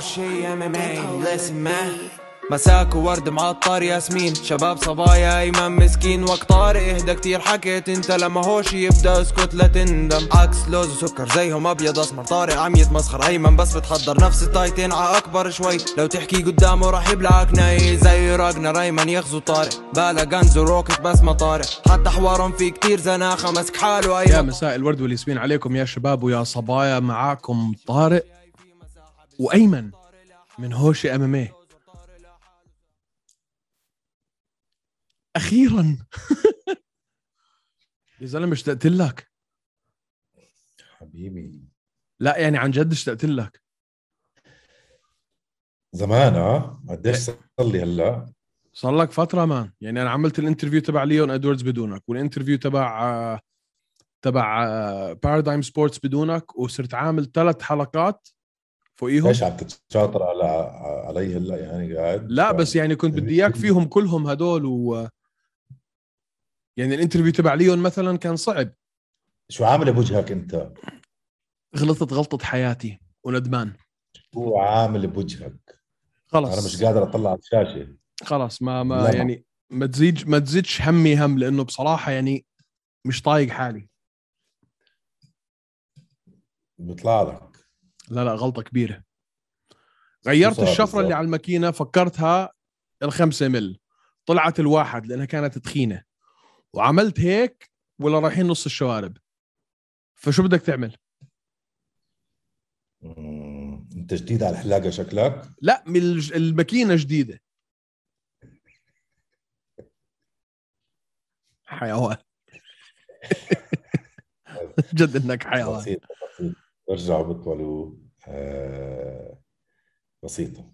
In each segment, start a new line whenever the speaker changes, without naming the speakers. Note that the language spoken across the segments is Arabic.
شي ام ام اي listen man مساك وورد معطر ياسمين شباب صبايا ايمن مسكين وقت طارق اهدى كتير حكيت انت لما هوش يبدا اسكت لا تندم عكس لوز وسكر زيهم ابيض اسمر طارق عم يتمسخر ايمن بس بتحضر نفس التايتين ع اكبر شوي لو تحكي قدامه راح يبلعك ناي زي راجنا ريمان يغزو طارق بالا غنز وروكت بس ما طارق حتى حوارهم في كتير زناخه مسك حاله
يا
ايمن
مساء الورد والياسمين عليكم يا شباب ويا صبايا معاكم طارق وايمن من هوشي إيه. ام ام اخيرا يا زلمه اشتقت لك
حبيبي
لا يعني عن جد اشتقت لك
زمان اه قديش
إيه.
صار لي هلا
صار لك فتره مان يعني انا عملت الانترفيو تبع ليون ادواردز بدونك والانترفيو تبع آه، تبع بارادايم سبورتس بدونك وصرت عامل ثلاث حلقات فوقيهم
ليش عم تتشاطر على علي هلا يعني قاعد
لا بس يعني كنت بدي اياك فيهم كلهم هدول و يعني الانترفيو تبع ليون مثلا كان صعب
شو عامل بوجهك انت؟
غلطت غلطة حياتي وندمان
شو عامل بوجهك؟ انا
خلص
مش قادر اطلع على الشاشه
خلص ما ما
لا.
يعني ما تزيدش ما تزيدش همي هم لانه بصراحة يعني مش طايق حالي
بيطلع لك
لا لا غلطة كبيرة غيرت
شو صار
الشفرة اللي
بالضبط؟
على الماكينة فكرتها الخمسة مل طلعت الواحد لأنها كانت تخينة وعملت هيك ولا رايحين نص الشوارب فشو بدك تعمل؟
مم. انت جديد على الحلاقه شكلك
لا من الج- الماكينه جديده حيوان جد انك حيوان
بسيطه بسيطه برجعوا بيطولوا آه، بسيطه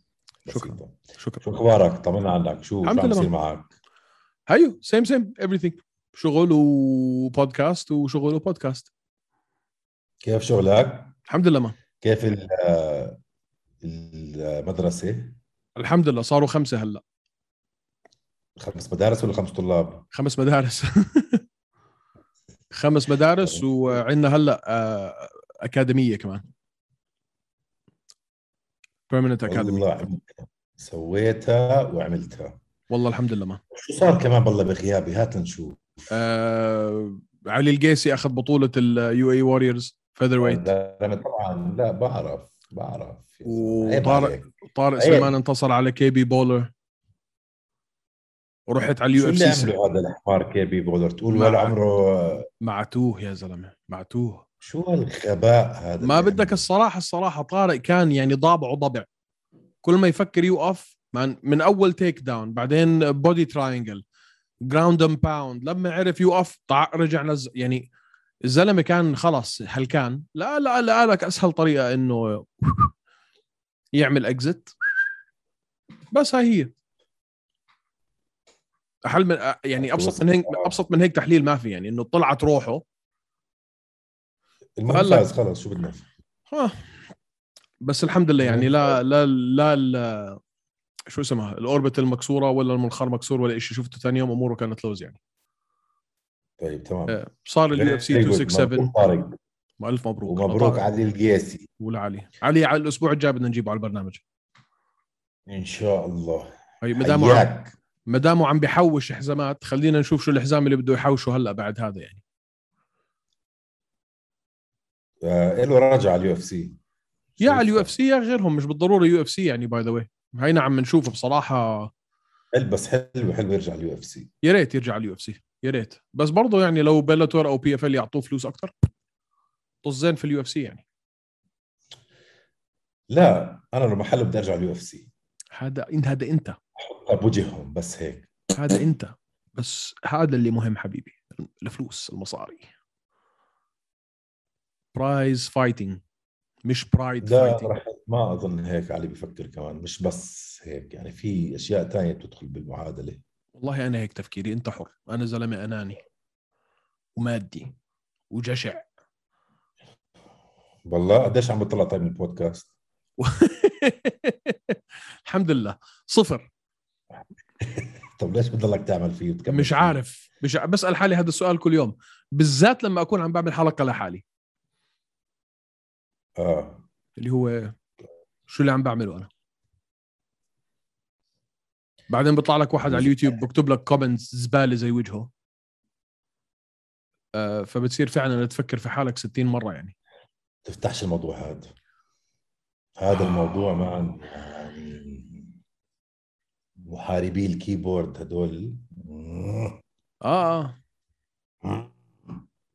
شكراً.
بسيطة. شو
شكرا
اخبارك؟ طمنا عنك شو شو
الحمد
عم
لله.
بيصير معك؟
هيو سيم سيم أيوه، everything شغل وبودكاست وشغل وبودكاست
كيف شغلك؟
الحمد لله ما
كيف ال- المدرسه؟
الحمد لله صاروا خمسه هلا
خمس مدارس ولا خمس طلاب؟
خمس مدارس خمس مدارس وعندنا هلا آه، اكاديميه كمان بيرمننت اكاديمي
والله عملتها. سويتها وعملتها
والله الحمد لله ما
شو صار كمان بالله بغيابي هات لنشوف
آه علي القيسي اخذ بطوله اليو اي واريورز فيذر ويت
زلمة طبعا لا بعرف بعرف يا زلمة. عيب
وطارق-
عليك.
طارق
عيب.
سليمان انتصر على كي بي بولر ورحت على
شو
اليو
اللي
اف سي
عمله هذا الحمار كيبي بقدر تقول
ما
ولا
عاد.
عمره
معتوه يا زلمه معتوه
شو هالغباء هذا
ما
اللي يعني.
بدك
عمله؟
الصراحه الصراحه طارق كان يعني ضابعه ضبع كل ما يفكر يوقف من, من اول تيك داون بعدين بودي تراينجل جراوند اند باوند لما عرف يوقف طع رجع نزل يعني الزلمه كان خلص هل كان لا لا لا لك اسهل طريقه انه يعمل اكزت بس هاي هي احل من يعني ابسط من هيك
آه.
ابسط من هيك تحليل ما في يعني انه طلعت روحه
المهم
هلا.
فاز خلص شو بدنا
ها بس الحمد لله يعني لا لا لا, لا شو اسمها الاوربت المكسوره ولا المنخار مكسور ولا شيء شفته ثاني يوم اموره كانت لوز يعني
طيب تمام
آه، صار اليو اف سي
Very good. إيه، مبروك
267
طارق
الف مبروك
ومبروك
على
علي القيسي
علي علي على الاسبوع الجاي بدنا نجيبه على البرنامج
ان شاء الله
هي ما دامه عم
حياك
ما دامه عم بحوش حزامات خلينا نشوف شو الحزام اللي بده يحوشه هلا بعد هذا يعني
آه، له راجع على اليو اف سي
يا على اليو اف سي يا غيرهم مش بالضروره يو اف سي يعني باي ذا واي هينا عم نشوفه بصراحه
بس حلو حلو يرجع على اليو اف سي
يا ريت يرجع على اليو اف سي يا ريت بس برضه يعني لو بيلاتور او بي اف ال يعطوه فلوس اكثر طزين في اليو اف سي يعني
لا انا لو محله بدي ارجع اليو اف سي
هذا إن- هذا انت
بوجههم بس هيك
هذا انت بس هذا اللي مهم حبيبي الفلوس المصاري برايز فايتنج مش برايد
لا
فايتنج
رح ما اظن هيك علي بفكر كمان مش بس هيك يعني في اشياء تانية بتدخل بالمعادله
والله انا هيك تفكيري انت حر انا زلمه اناني ومادي وجشع
والله قديش عم بتطلع طيب من البودكاست
الحمد لله صفر
طب ليش بتضلك تعمل فيه وتكمل
مش
فيه؟
عارف مش ع- بسال حالي هذا السؤال كل يوم بالذات لما اكون عم بعمل حلقه لحالي
اه
اللي هو شو اللي عم بعمله انا بعدين بيطلع لك واحد على اليوتيوب بكتب لك كومنتس زباله زي وجهه آه، فبتصير فعلا تفكر في حالك 60 مره يعني
تفتحش الموضوع هذا هذا الموضوع معا يعني محاربي الكيبورد هدول
اه اه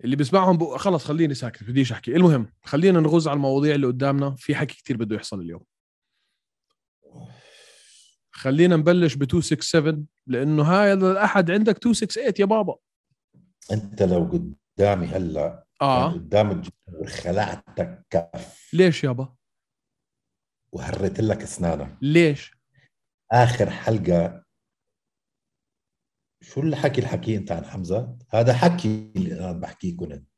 اللي بسمعهم بق... خلص خليني ساكت بديش احكي المهم خلينا نغوز على المواضيع اللي قدامنا في حكي كتير بده يحصل اليوم خلينا نبلش ب 267 لانه هذا الاحد عندك 268 يا بابا
انت لو قدامي هلا كان
اه
يعني قدام الجمهور خلعتك كف
ليش يابا
وهريت لك اسنانك
ليش
اخر حلقه شو اللي حكي الحكي انت عن حمزه هذا حكي اللي انا بحكيه كنت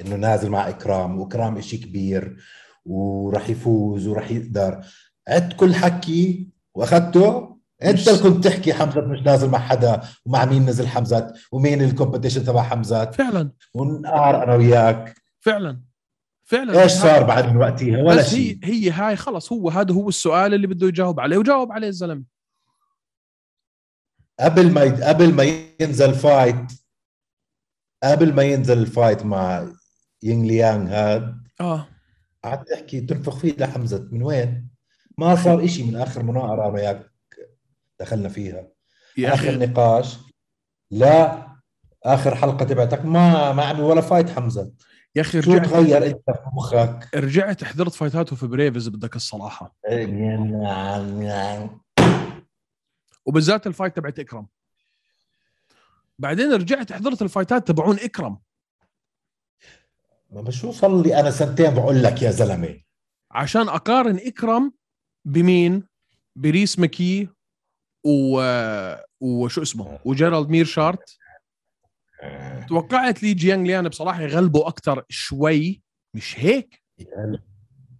انه نازل مع اكرام واكرام اشي كبير وراح يفوز وراح يقدر عدت كل حكي واخذته انت اللي كنت تحكي حمزه مش نازل مع حدا ومع مين نزل حمزه ومين الكومبيتيشن تبع حمزه
فعلا
ونقار انا وياك
فعلا فعلا
ايش صار بعد من وقتها ولا
بس
شيء
هي هي هاي خلص هو هذا هو السؤال اللي بده يجاوب عليه وجاوب عليه الزلمه
قبل ما يد... قبل ما ينزل فايت قبل ما ينزل الفايت مع يينغ ليانغ هاد
اه
قعدت احكي تنفخ فيه لحمزه من وين؟ ما صار إشي من اخر مناقره انا وياك دخلنا فيها
يا
اخر
اخي
نقاش لا اخر حلقه تبعتك ما ما عمل ولا فايت حمزه
يا اخي
شو
رجعت
تغير انت في مخك؟
رجعت حضرت فايتاته في بريفز بدك الصراحه وبالذات الفايت تبعت اكرم بعدين رجعت حضرت الفايتات تبعون اكرم
ما شو صار لي انا سنتين بقول لك يا زلمه
عشان اقارن اكرم بمين بريس مكي و وشو اسمه وجيرالد مير شارت توقعت لي جيانغ ليان بصراحه يغلبه اكثر شوي مش هيك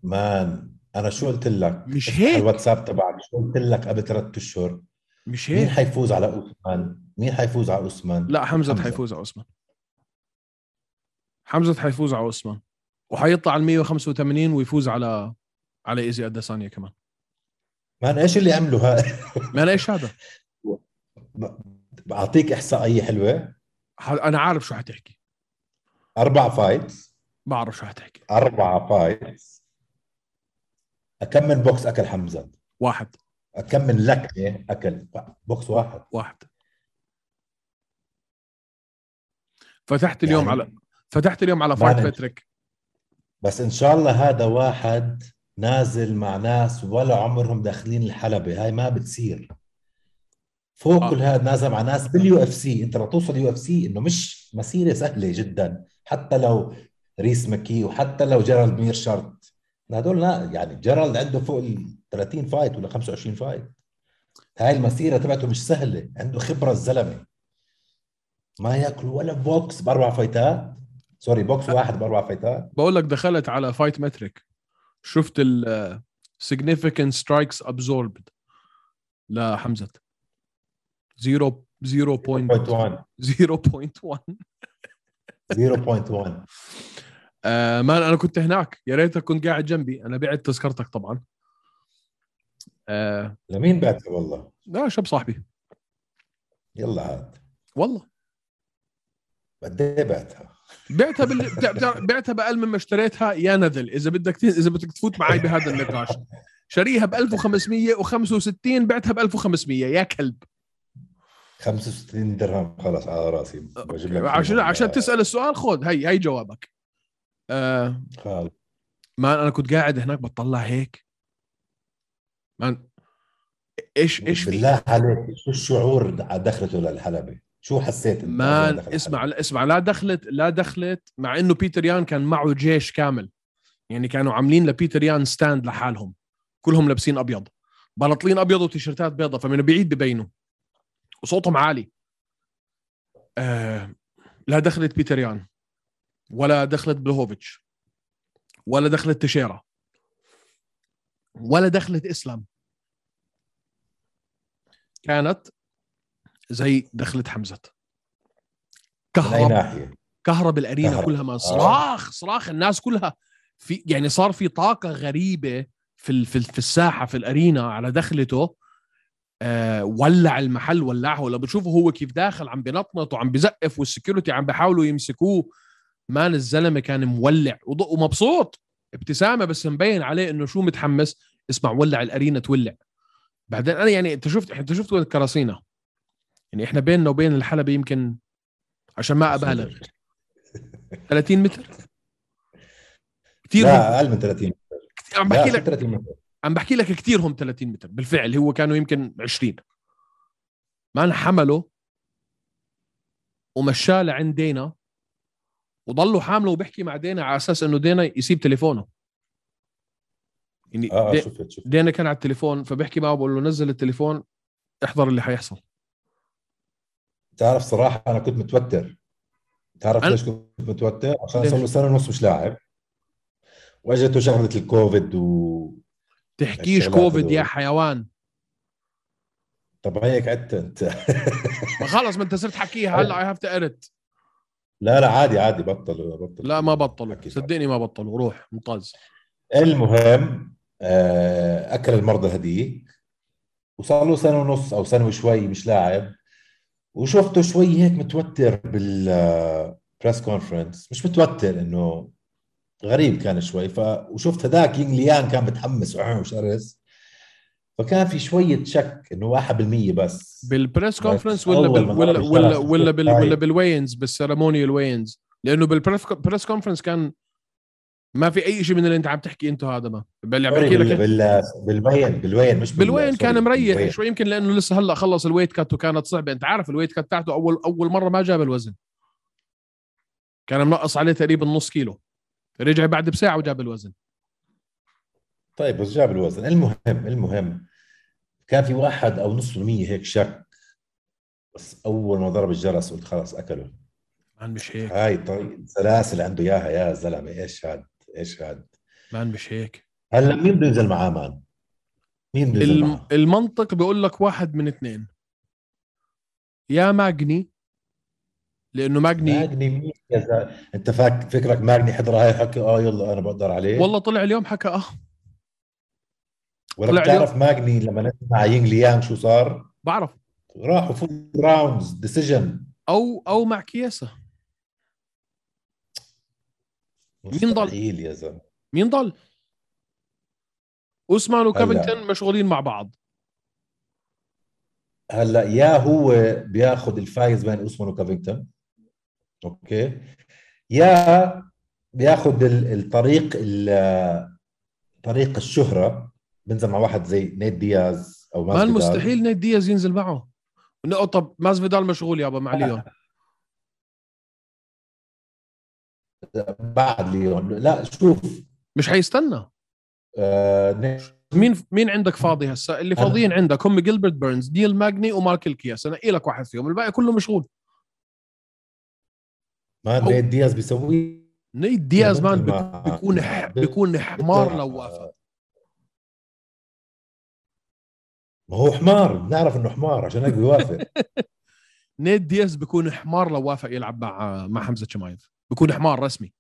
مان انا شو قلت لك؟
مش
افتح
هيك.
الواتساب تبعك شو قلت لك قبل ثلاث اشهر
مش
مين
هيك
حيفوز على اوسمان؟ مين حيفوز على اوسمان؟
إيه. لا حمزه
حمزة.
حيفوز على عثمان حمزه حيفوز على عثمان وحيطلع على 185 ويفوز على على ايزي اديسانيا كمان
مان ايش اللي عمله ها؟
ما انا ايش هذا
بعطيك احصائيه حلوه
ح- انا عارف شو حتحكي
اربع فايتس
بعرف شو حتحكي
اربع فايتس كم من بوكس اكل حمزه؟
واحد
كم من لكمه اكل بوكس واحد
واحد فتحت اليوم
يعني-
على فتحت اليوم على
بعرف.
فايت باتريك
بس ان شاء الله هذا واحد نازل مع ناس ولا عمرهم داخلين الحلبه هاي ما بتصير فوق
آه.
كل هذا نازل مع ناس باليو اف سي انت لتوصل يو اف سي انه مش مسيره سهله جدا حتى لو ريس مكي وحتى لو جيرالد مير شرط هدول لا يعني جيرالد عنده فوق ال 30 فايت ولا 25 فايت هاي المسيره تبعته مش سهله عنده خبره الزلمه ما ياكل ولا بوكس باربع فايتات سوري بوكس واحد باربع فايتات
بقول لك دخلت على فايت ماتريك شفت ال significant strikes absorbed لحمزه 0 0.1
0.1
0.1
0.1
آه مان انا كنت هناك يا ريتك كنت قاعد جنبي انا بعت تذكرتك طبعا آه
لمين بعتها والله؟
لا شاب صاحبي
يلا هات
والله
قد ايه بعتها؟
بعتها بال... بتع- بتع- بعتها باقل مما اشتريتها يا نذل اذا بدك ت... اذا بدك تفوت معي بهذا النقاش شاريها ب 1565 بعتها ب 1500 يا كلب
65 درهم خلص على راسي بجيب لك
عشان
إياها.
عشان تسال السؤال خذ هي هي جوابك آه...
خلص
مان انا كنت قاعد هناك بطلع هيك مان ايش ايش في
بالله عليك شو الشعور على دخلته للحلبه؟ شو حسيت أنت
مان
لما دخل
اسمع لا اسمع لا دخلت لا دخلت مع انه بيتر يان كان معه جيش كامل يعني كانوا عاملين لبيتر يان ستاند لحالهم كلهم لابسين ابيض بناطلين ابيض وتيشيرتات بيضة فمن بعيد ببينوا وصوتهم عالي آه لا دخلت بيتر يان ولا دخلت بلوهوفيتش ولا دخلت تشيرا ولا دخلت اسلام كانت زي دخلت حمزه
من اي
كهرب
ناحيه؟
كهرب الارينا
كهرب.
كلها ما صراخ صراخ الناس كلها في يعني صار في طاقه غريبه في ال- في ال- في الساحه في الارينا على دخلته آه، ولع المحل ولعه لما بتشوفه هو كيف داخل عم بنطنط وعم بزقف والسكيورتي عم بيحاولوا يمسكوه مان الزلمه كان مولع وض- ومبسوط ابتسامه بس مبين عليه انه شو متحمس اسمع ولع الارينا تولع بعدين انا يعني انت شفت انت شفت وين الكراسينا يعني احنا بيننا وبين الحلبه يمكن عشان ما ابالغ 30 متر كثير هم
لا اقل من 30
عم
لا
بحكي
شو
لك
30 متر
عم بحكي لك كثير هم 30 متر بالفعل هو كانوا يمكن 20 ما حمله ومشاه لعند دينا وضلوا حامله وبيحكي مع دينا على اساس انه دينا يسيب تليفونه يعني
اه
دي-
آه، شفت شفت
دينا كان على التليفون فبحكي معه بقول له نزل التليفون احضر اللي حيحصل
تعرف صراحه انا كنت متوتر تعرف
أنا-
ليش كنت متوتر عشان
ليش؟
صار له سنه ونص مش لاعب واجته شغله الكوفيد و
تحكيش
الشغلات
كوفيد يا
هدول.
حيوان
طب هيك عدت انت
ما خلص ما انت صرت حكيها هلا اي هاف تقرت
لا لا عادي عادي بطل بطل
لا ما بطلوا
حكي
صدقني ما بطلوا روح ممتاز
المهم آه، اكل المرضى هديك وصار له سنه ونص او سنه وشوي مش لاعب وشفته شوي هيك متوتر بالبريس كونفرنس مش متوتر انه غريب كان شوي ف وشفت هذاك ينغ ليان كان متحمس وشرس فكان في شويه شك انه 1% بس
بالبريس
بس
كونفرنس ولا
أول
بال
ما
ولا
ضرب
ولا
الشرف
ولا بال
هاي.
ولا بالوينز بالسيرمونيال وينز لانه بالبريس كونفرنس كان ما في اي شيء من اللي انت عم تحكي انت هذا ما اللي عم
سوري،
بحكي
بال-
لك
بال- بالوين بالوين مش بال-
بالوين
سوري،
كان مريح
بالوين.
شوي يمكن لانه لسه هلا خلص الويت كات وكانت صعبه انت عارف الويت كات تاعته اول اول مره ما جاب الوزن كان منقص عليه تقريبا نص كيلو رجع بعد بساعه وجاب الوزن
طيب بس جاب الوزن المهم المهم كان في واحد او نص بالمية هيك شك بس اول ما ضرب الجرس قلت خلاص اكله
مان مش هيك
هاي طريقة سلاسل عنده اياها يا زلمه ايش هاد ايش هاد
مان مش هيك
هلا مين بده ينزل معاه مان؟ مين بده ينزل
الم-
معاه؟
المنطق بيقول لك واحد من اثنين يا ماجني لانه ماجني
ماجني مين يا زلمه؟ انت فاك فكرك ماجني حضر هاي حكي اه يلا انا بقدر عليه
والله طلع اليوم حكى اه
ولا
طلع
بتعرف ماجني لما نزل مع يينغ ليانغ شو صار؟
بعرف
راحوا فوق راوندز ديسيجن
او او مع كياسه مين ضل؟
مستحيل يا زلمه
مين ضل؟ اوسمان وكافينتون
هلا.
مشغولين مع بعض
هلا يا هو بياخذ الفايز بين اوسمان وكافينغتون اوكي يا بياخذ ال- الطريق ال- طريق الشهره بنزل مع واحد زي نيت دياز او
ما
ماسفيدال
مستحيل نيت دياز ينزل معه نقطة طب مازفيدال مشغول يابا مع ليون
بعد ليون لا شوف
مش حيستنى
آه نيت
مين مين عندك فاضي هسا اللي
هلا.
فاضيين عندك هم جيلبرت بيرنز ديل ماجني وماركل كياسه نقي لك واحد فيهم الباقي كله مشغول
ما
أو-
نيت دياز بيسويه
نيت دياز مان
ممكن
بك-
مع-
بيكون ح- آه، بيكون حمار لو وافق
ما هو حمار بنعرف انه حمار عشان هيك بيوافق
نيت دياز بيكون حمار لو وافق يلعب مع مع حمزه شمايف بيكون حمار رسمي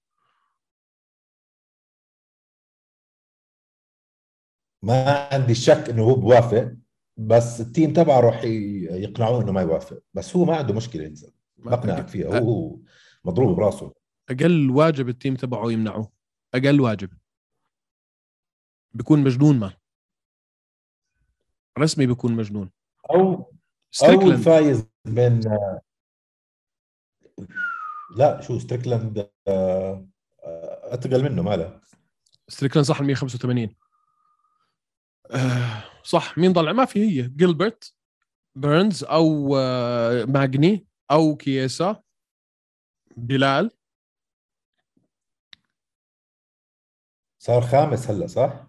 ما عندي شك انه هو بوافق بس التيم تبعه راح ي- يقنعوه انه ما يوافق بس هو ما عنده مشكله ينزل بقنعك فيها هو- هو مضروب براسه
اقل واجب التيم تبعه يمنعه اقل واجب بيكون مجنون ما رسمي بيكون مجنون
او او
ستريكلاند
الفايز بين لا شو ستريكلاند آه، آه، اتقل منه ماله
ستريكلاند صح ال 185 آه، صح مين ضلع ما في هي جيلبرت بيرنز او آه، ماجني او كيسا بلال
صار خامس هلا صح؟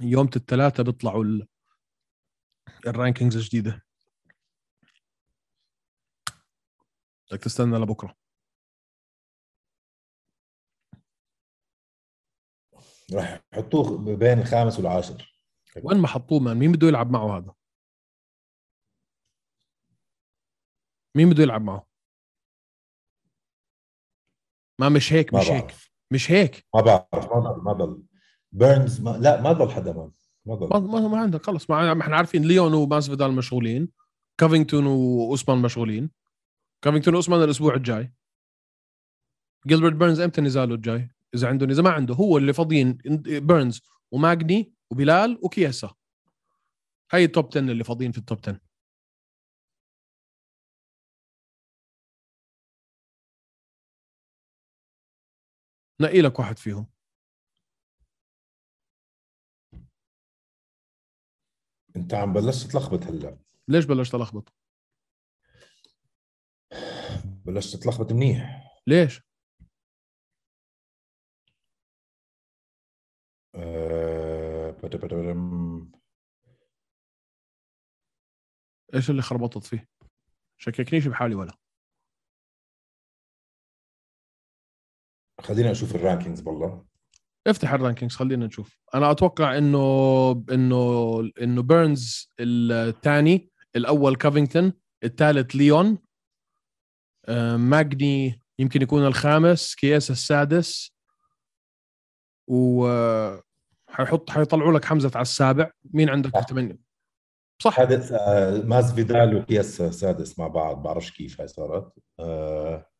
يوم الثلاثاء بيطلعوا ال... الرانكينجز الجديده بدك تستنى لبكره
راح يحطوه بين الخامس والعاشر
وين ما حطوه مان مين بده يلعب معه هذا مين بده يلعب معه ما مش هيك
ما
مش هيك
بعرف
مش هيك
ما بعرف ما بعرف ما بعرف بيرنز ما لا ما ضل حدا مان
ما
ما ضل
ما, ما عندك خلص ما ما احنا عارفين ليون وماسفيدال مشغولين كافينغتون واوسمان مشغولين كافينغتون واوسمان الاسبوع الجاي جيلبرت بيرنز امتى نزاله الجاي اذا عنده اذا ما عنده هو اللي فاضيين بيرنز وماجني وبلال وكياسا هاي التوب 10 اللي فاضيين في التوب 10 نقي لك واحد فيهم
انت عم بلشت تلخبط هلا
ليش بلشت الخبط
بلشت تلخبط منيح
ليش
أه... بدا- بدا- بدم.
ايش اللي خربطت فيه شككنيش بحالي ولا
خلينا نشوف الرانكينجز والله
افتح الرانكينجز خلينا نشوف انا اتوقع انه انه انه بيرنز الثاني الاول كافينغتون الثالث ليون آه، ماجني يمكن يكون الخامس كياسا السادس و آه، حيحط حيطلعوا لك حمزه على السابع مين عندك في ثمانية صح
حدث آه، ماس فيدال وكياس سادس مع بعض بعرفش كيف هاي صارت آه،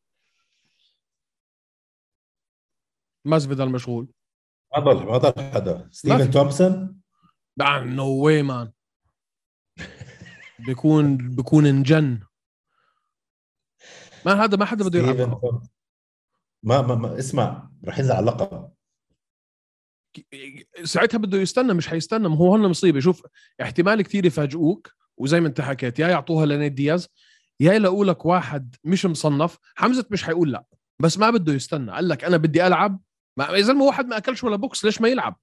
ماسفيدال مشغول
ما ضل ما ضل حدا ستيفن تومسون
نو واي مان بيكون بيكون انجن ما هذا ما حدا بده يلعب معه.
ستيفن تومسون. ما ما, ما اسمع رح ينزل على اللقب
ساعتها بده يستنى مش حيستنى ما هو هون المصيبه شوف احتمال كثير يفاجئوك وزي ما انت حكيت يا يعطوها لنيد دياز يا يلاقوا لك واحد مش مصنف حمزه مش حيقول لا بس ما بده يستنى قال لك انا بدي العب ما اذا ما واحد ما اكلش ولا بوكس ليش ما يلعب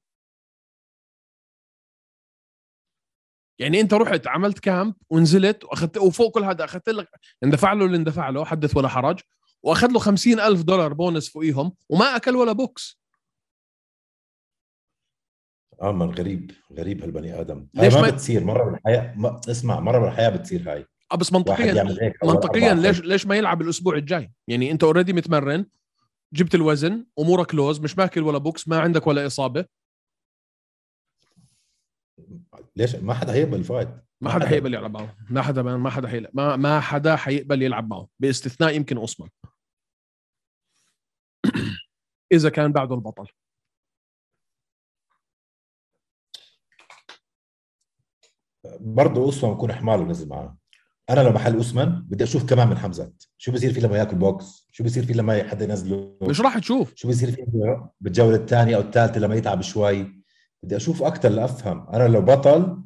يعني انت رحت عملت كامب ونزلت واخذت وفوق كل هذا اخذت لك اندفع له اللي اندفع له حدث ولا حرج واخذ له خمسين ألف دولار بونس فوقيهم وما اكل ولا بوكس
اه من غريب غريب هالبني ادم هاي
ليش
ما
ما-
بتصير مره بالحياه ما اسمع مره بالحياه بتصير هاي
آه، بس
واحد
منطقيا
يعمل هيك أول
منطقيا
أربعة
ليش ليش ما يلعب الاسبوع الجاي؟ يعني انت اوريدي متمرن جبت الوزن امورك لوز مش ماكل ولا بوكس ما عندك ولا اصابه
ليش ما حدا هيقبل الفايت
ما حدا حيقبل يلعب معه ما حدا ما حدا حيقبل ما, ما حدا حيقبل يلعب معه باستثناء يمكن اوسمان اذا كان بعده البطل
برضه اوسمان بكون حمار لو نزل معاه انا لو محل اوسمان بدي اشوف كمان من حمزه شو بصير فيه لما ياكل بوكس شو بصير فيه لما حدا ينزله
مش راح تشوف
شو بصير فيه بالجوله الثانيه او الثالثه لما يتعب شوي بدي اشوف اكثر لافهم انا لو بطل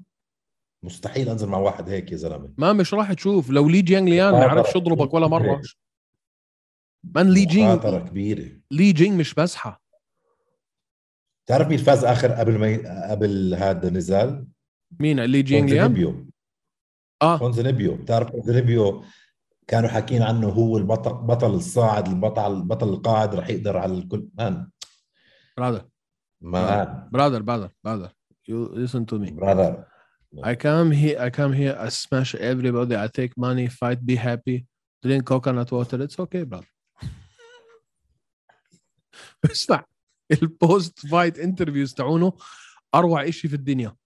مستحيل انزل مع واحد هيك يا زلمه
ما مش راح تشوف لو لي جيانغ ليان ما عرفش يضربك ولا مره من لي جينغ
خطره كبيره
لي جينغ مش مسحه
تعرف مين فاز اخر قبل ما ي... قبل هذا النزال؟
مين لي جيانغ ليان
كونزانيبيو.
اه
كونزانيبيو بتعرف كونزانيبيو كانوا حاكين عنه هو البطل بطل الصاعد البطل البطل القاعد رح يقدر على الكل مان
برادر
مان
برادر برادر برادر you listen to me
براذر
I come here, I come here, I smash everybody, I take money, fight, be happy, drink coconut water, it's okay, brother. اسمع البوست فايت انترفيوز تاعونه اروع شيء في الدنيا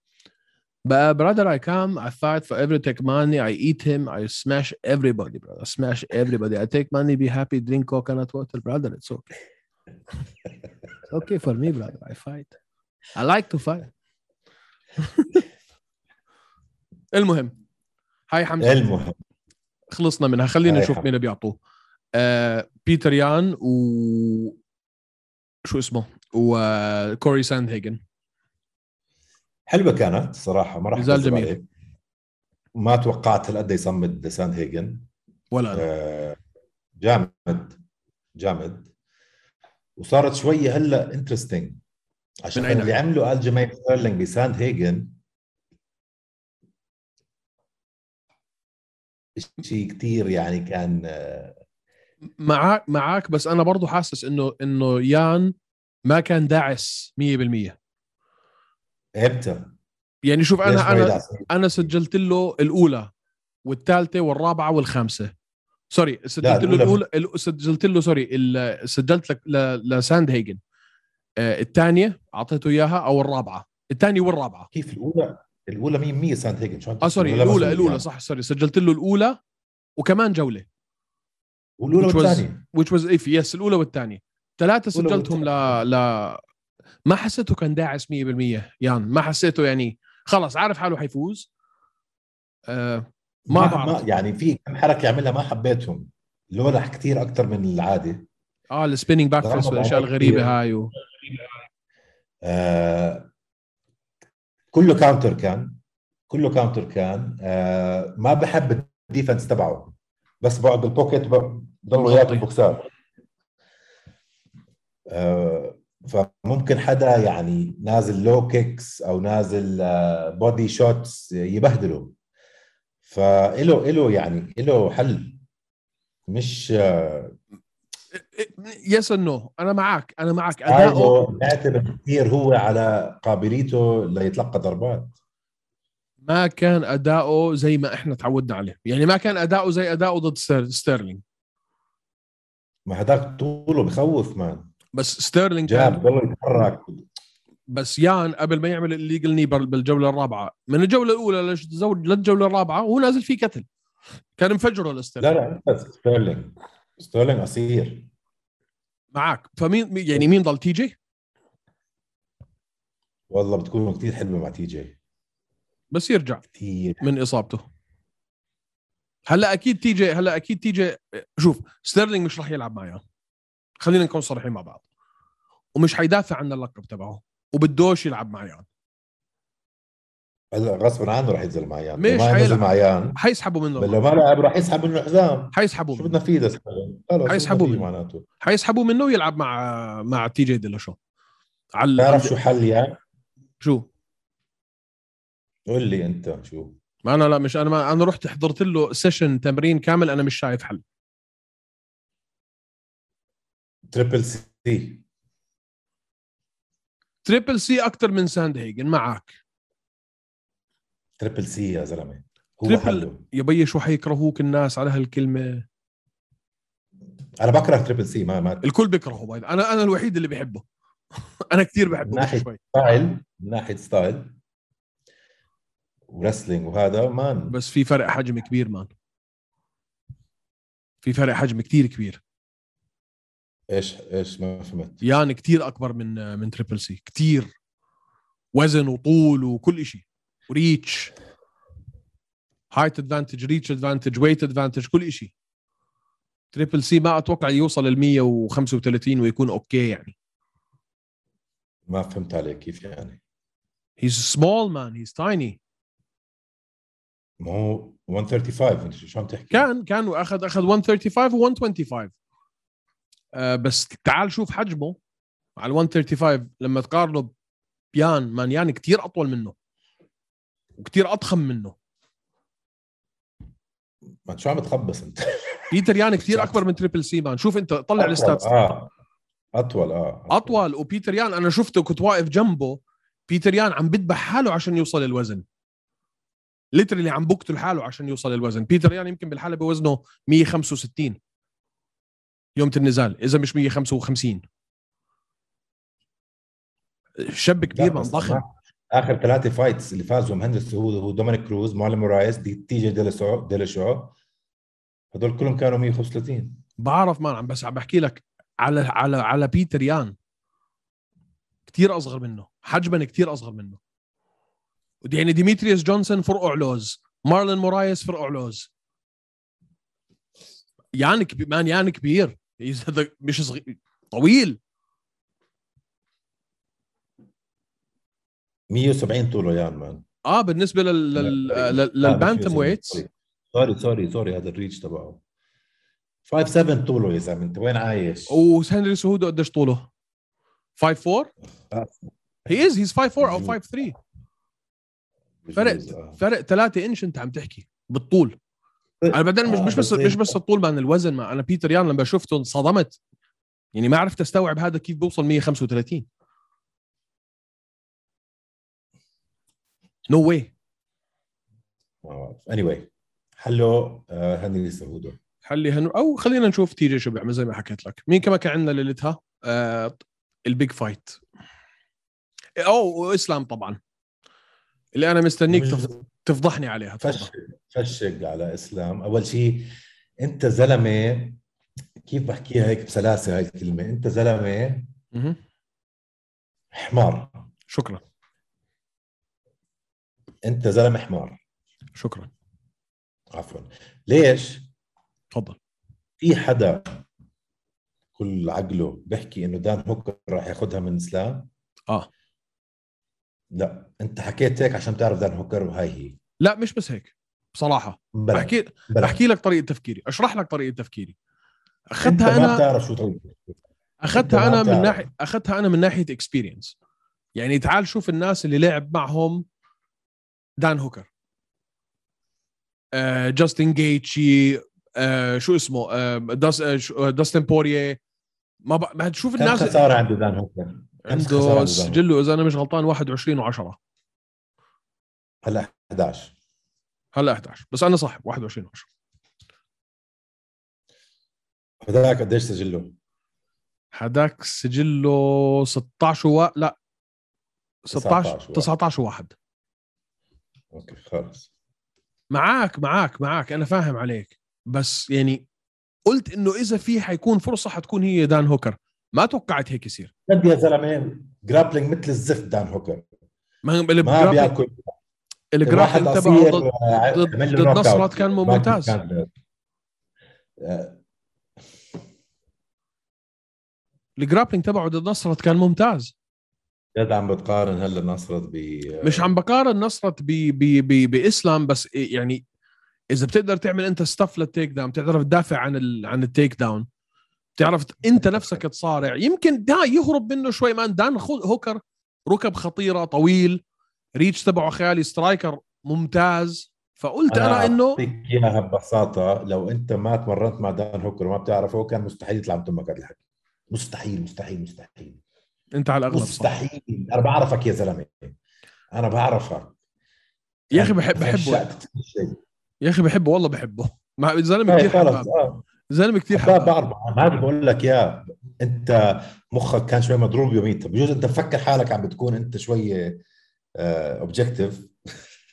But uh, brother, I come, I fight for every take money, I eat him, I smash everybody, brother. Smash everybody. I take money, be happy, drink coconut water, brother. It's okay. It's okay for me, brother. I fight. I like to fight. المهم هاي حمزه
المهم
خلصنا منها خلينا
هاي
نشوف
حق.
مين بيعطوه آه بيتر يان و شو اسمه وكوري ساند هيجن
حلوه كانت صراحه ما راح
نزال
أكذب
جميل.
عليك. ما توقعت هالقد يصمد ساند هيجن
نعم. ولا أنا.
آه، جامد جامد وصارت شويه هلا انترستنج عشان
من أي
اللي عمله الجيمين ستيرلينج بساند هيجن شيء كثير يعني كان آه،
معاك معاك بس انا برضو حاسس انه انه يان ما كان داعس 100%
امتى
يعني شوف
ليش
انا
ما
انا
يدعس؟
انا سجلت له الاولى والثالثه والرابعه والخامسه سوري سجلت له
الأولى
الاولى ال- سجلت له سوري ال- سجلت لك ل- لساند هيجن آه، الثانيه اعطيته اياها او الرابعه الثانيه والرابعه
كيف الاولى الاولى 100% ساند هيجن شو عم
اه
تحكي؟
سوري
ولا
الاولى
مسؤول
الاولى
يعني.
صح سوري سجلت له الاولى وكمان جوله
والاولى
which was-
والثانيه
which was إيه، if يس الاولى والثانيه ثلاثه
الأولى
سجلتهم ل ل ما حسيته كان داعس 100% يعني ما حسيته يعني خلص عارف حاله حيفوز آه ما
ما
بعرف
يعني في كم حركه عملها ما حبيتهم لولا كثير اكثر من العاده
اه السبيننج باك
ضربها
فيرست والاشياء
بعمق كتير.
الغريبه هاي و...
آه كله كاونتر كان كله كاونتر كان آه ما بحب الديفنس تبعه بس بقعد بالبوكيت ب- بضل وياك
مغطي.
البوكسات آه فممكن حدا يعني نازل لو كيكس او نازل آه بودي شوتس يبهدله فإله إله يعني إله حل مش آه،
يس نو انا معك انا معك اداؤه
عايزه نعتمد كثير هو على قابليته ليتلقى ضربات
ما كان اداؤه زي ما احنا تعودنا عليه يعني ما كان اداؤه زي اداؤه ضد ستير- ستيرلينج
ما هداك طوله بخوف مان
بس ستيرلينج كان
جاب ضل يتحرك
بس يان قبل ما يعمل الليجل ني بال- بالجوله الرابعه من الجوله الاولى لش- زود- للجوله الرابعه وهو نازل فيه كتل كان مفجره
لا
الاستر
لا بس ستيرلينج ستيرلينج قصير
معك فمين مين- يعني مين ضل تي جي
والله بتكون كثير حلوه مع تي جي
بس يرجع
كثير
من اصابته هلا اكيد تي جي هلا اكيد تي جي شوف ستيرلينج مش راح يلعب مع يان خلينا نكون صريحين مع بعض ومش حيدافع عن اللقب تبعه وبدوش يلعب مع يان
هلا غصبا عنه راح ينزل مع يان
مش
لو ما
حيلعب.
نزل مع يان
حيسحبوا منه
لو ما لعب راح يسحب منه حزام
حيسحبوا
شو
منه
بدنا فيه ده ستيرلينج خلص
حيسحبوه
شو بدنا
منه.
فيه معناته
حيسحبوا منه ويلعب مع مع تي جي ديلاشو على
بتعرف شو حل يان
شو
قول لي انت شو
ما انا لا مش انا ما انا رحت حضرت له سيشن تمرين كامل انا مش شايف حل
تريبل سي
تريبل سي اكثر من ساند هيجن معك
تريبل سي يا زلمه هو
تريبل-
حله
يا بيي شو حيكرهوك الناس على هالكلمه
انا بكره تريبل سي ما ما
الكل بيكرهه بايد. انا انا الوحيد اللي بحبه انا كثير بحبه مش
ناحية.
شوي
ستايل من ناحيه ستايل ورسلينج وهذا مان
بس في فرق حجم كبير مان في فرق حجم كثير كبير
ايش ايش ما فهمت
يان كثير اكبر يعني من من تريبل سي كثير وزن وطول وكل شيء وريتش هايت ادفانتج ريتش ادفانتج ويت ادفانتج كل شيء تريبل سي ما اتوقع يوصل ال 135 ويكون اوكي يعني
ما فهمت عليك كيف يعني
هيز سمول مان هيز تايني
ما هو 135 انت شو عم تحكي
كان كان واخذ اخذ 135 و 125 آه بس تعال شوف حجمه على ال 135 لما تقارنه بيان مان يان كثير اطول منه وكثير اضخم منه
ما شو عم تخبص انت
بيتر يان كثير اكبر من تريبل سي مان شوف انت طلع الستاتس
اه اطول اه
اطول وبيتر يان انا شفته كنت واقف جنبه بيتر يان عم بدبح حاله عشان يوصل الوزن ليترلي عم بقتل حاله عشان يوصل الوزن بيتر يان يمكن بالحلبه وزنه 165 يوم النزال اذا مش 155 شاب
لا،
كبير من
بس
ضخم
اخر ثلاثه فايتس اللي فازهم هندس هو هو دومينيك كروز مارلين مورايز دي تي جي ديلاشو ديلاشو هدول كلهم كانوا 135
بعرف ما عم بس عم بحكي لك على على على بيتر يان كثير اصغر منه حجما كثير اصغر منه ودي- يعني ديميتريوس جونسون فرقع لوز مارلين مورايس فرقع لوز يان كبير مان يان كبير He's the- مش صغير طويل
170 طوله يا مان
اه بالنسبه لل, لل... لل... للبانتم ويتس
سوري سوري سوري هذا الريتش تبعه 57 طوله يا زلمه انت وين عايش؟
وهنري سهودو قديش طوله؟ 5'4 هي از هيز 5'4 او 5'3
بجوز، آه.
فرق فرق 3 انش انت عم تحكي بالطول انا بعدين مش
آه،
مش بس
بالضبط.
مش بس الطول مان الوزن ما انا بيتر يان لما شفته انصدمت يعني ما عرفت استوعب هذا كيف بوصل 135 نو واي
ما بعرف اني anyway. حلو آه، هنري سهودو
حلي هنو او خلينا نشوف تي جي شو بيعمل زي ما حكيت لك مين كمان كان عندنا ليلتها آه البيج فايت او اسلام طبعا اللي انا مستنيك تف- تفضحني عليها
فشق
تفضل
فشق على اسلام اول شيء انت زلمه كيف بحكيها هيك بسلاسه هاي الكلمه انت زلمه
مهم.
حمار
شكرا
انت زلمه حمار
شكرا
عفوا ليش
تفضل
في حدا كل عقله بيحكي انه دان هوكر راح ياخذها من اسلام
اه
لا انت حكيت هيك عشان تعرف دان هوكر وهاي هي
لا مش بس هيك بصراحه
بلا
بحكي
بلا
بحكي لك طريقه تفكيري اشرح لك طريقه تفكيري
انت
اخذتها
ما
انا
بتعرف شو طيب أنت
اخذتها
ما
انا من
بتعرف.
ناحيه اخذتها انا من ناحيه اكسبيرينس يعني تعال شوف الناس اللي لعب معهم دان هوكر آه، جاستن جيتشي آه، شو اسمه آه، داس- آه، شو- آه، داستن بوريه ما, ب... ما تشوف
كم
الناس
خساره عنده دان هوكر خسارة عند
عنده
دان
سجله اذا انا مش غلطان 21 و10
هلا 11
هلا 11 بس انا صح 21 و10
هذاك قديش سجله؟
هذاك سجله 16 و لا 16
19 و-
19 و1
اوكي خلص
معاك معاك معاك انا فاهم عليك بس يعني قلت انه اذا في حيكون فرصه حتكون هي دان هوكر ما توقعت هيك يصير
قد يا زلمه جرابلينج مثل الزفت دان هوكر
ما
ما
الجراب
بياكل
الجراب
الواحد
تبعه
قصير
ضد
آه،
ضد-
عمل له
ضد
knock out.
نصرت كان
ما
ممتاز.
كان- آه،
الجرابلينج تبعه ضد نصرت كان ممتاز
جد عم بتقارن هلا نصرت ب آه،
مش عم بقارن نصرت ب ب ب باسلام بس يعني اذا بتقدر تعمل انت ستاف للتيك داون بتعرف تدافع عن ال... عن التيك داون بتعرف ت- انت
أيوة.
نفسك تصارع يمكن دا يهرب منه شوي مان دان خو- هوكر ركب خطيره طويل ريتش تبعه خيالي سترايكر ممتاز فقلت انا, أنا انه
أعطيك اياها ببساطه لو انت ما تمرنت مع دان هوكر وما بتعرفه كان مستحيل يطلع من تمك هذا الحكي مستحيل مستحيل مستحيل
انت على الاغلب صح
مستحيل انا بعرفك يا زلمه انا بعرفك
يا اخي بحب بحبه
شقت كل شيء.
يا اخي بحبه والله بحبه مع الزلمه
هاي
كثير
خلص
حباب
اه
زلمه كثير
لا
حباب
بعرف هذا بقول لك يا انت مخك كان شوي مضروب يوميتها بجوز انت مفكر حالك عم بتكون انت شوي اوبجكتيف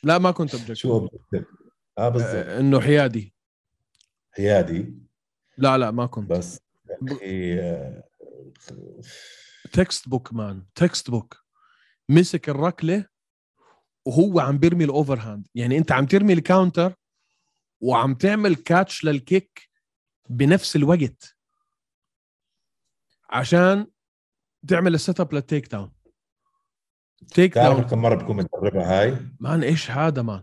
لا ما كنت objective.
شو اوبجكتيف اه بالضبط
آه، انه حيادي
حيادي
لا لا ما كنت
بس يا أخي، آه،
تكست بوك مان تكست بوك مسك الركله وهو عم بيرمي الاوفر هاند يعني انت عم ترمي الكاونتر وعم تعمل كاتش للكيك بنفس الوقت عشان تعمل السيت اب للتيك داون تيك داون
بتعرف كم مره بكون متدربها هاي
مان ايش هذا مان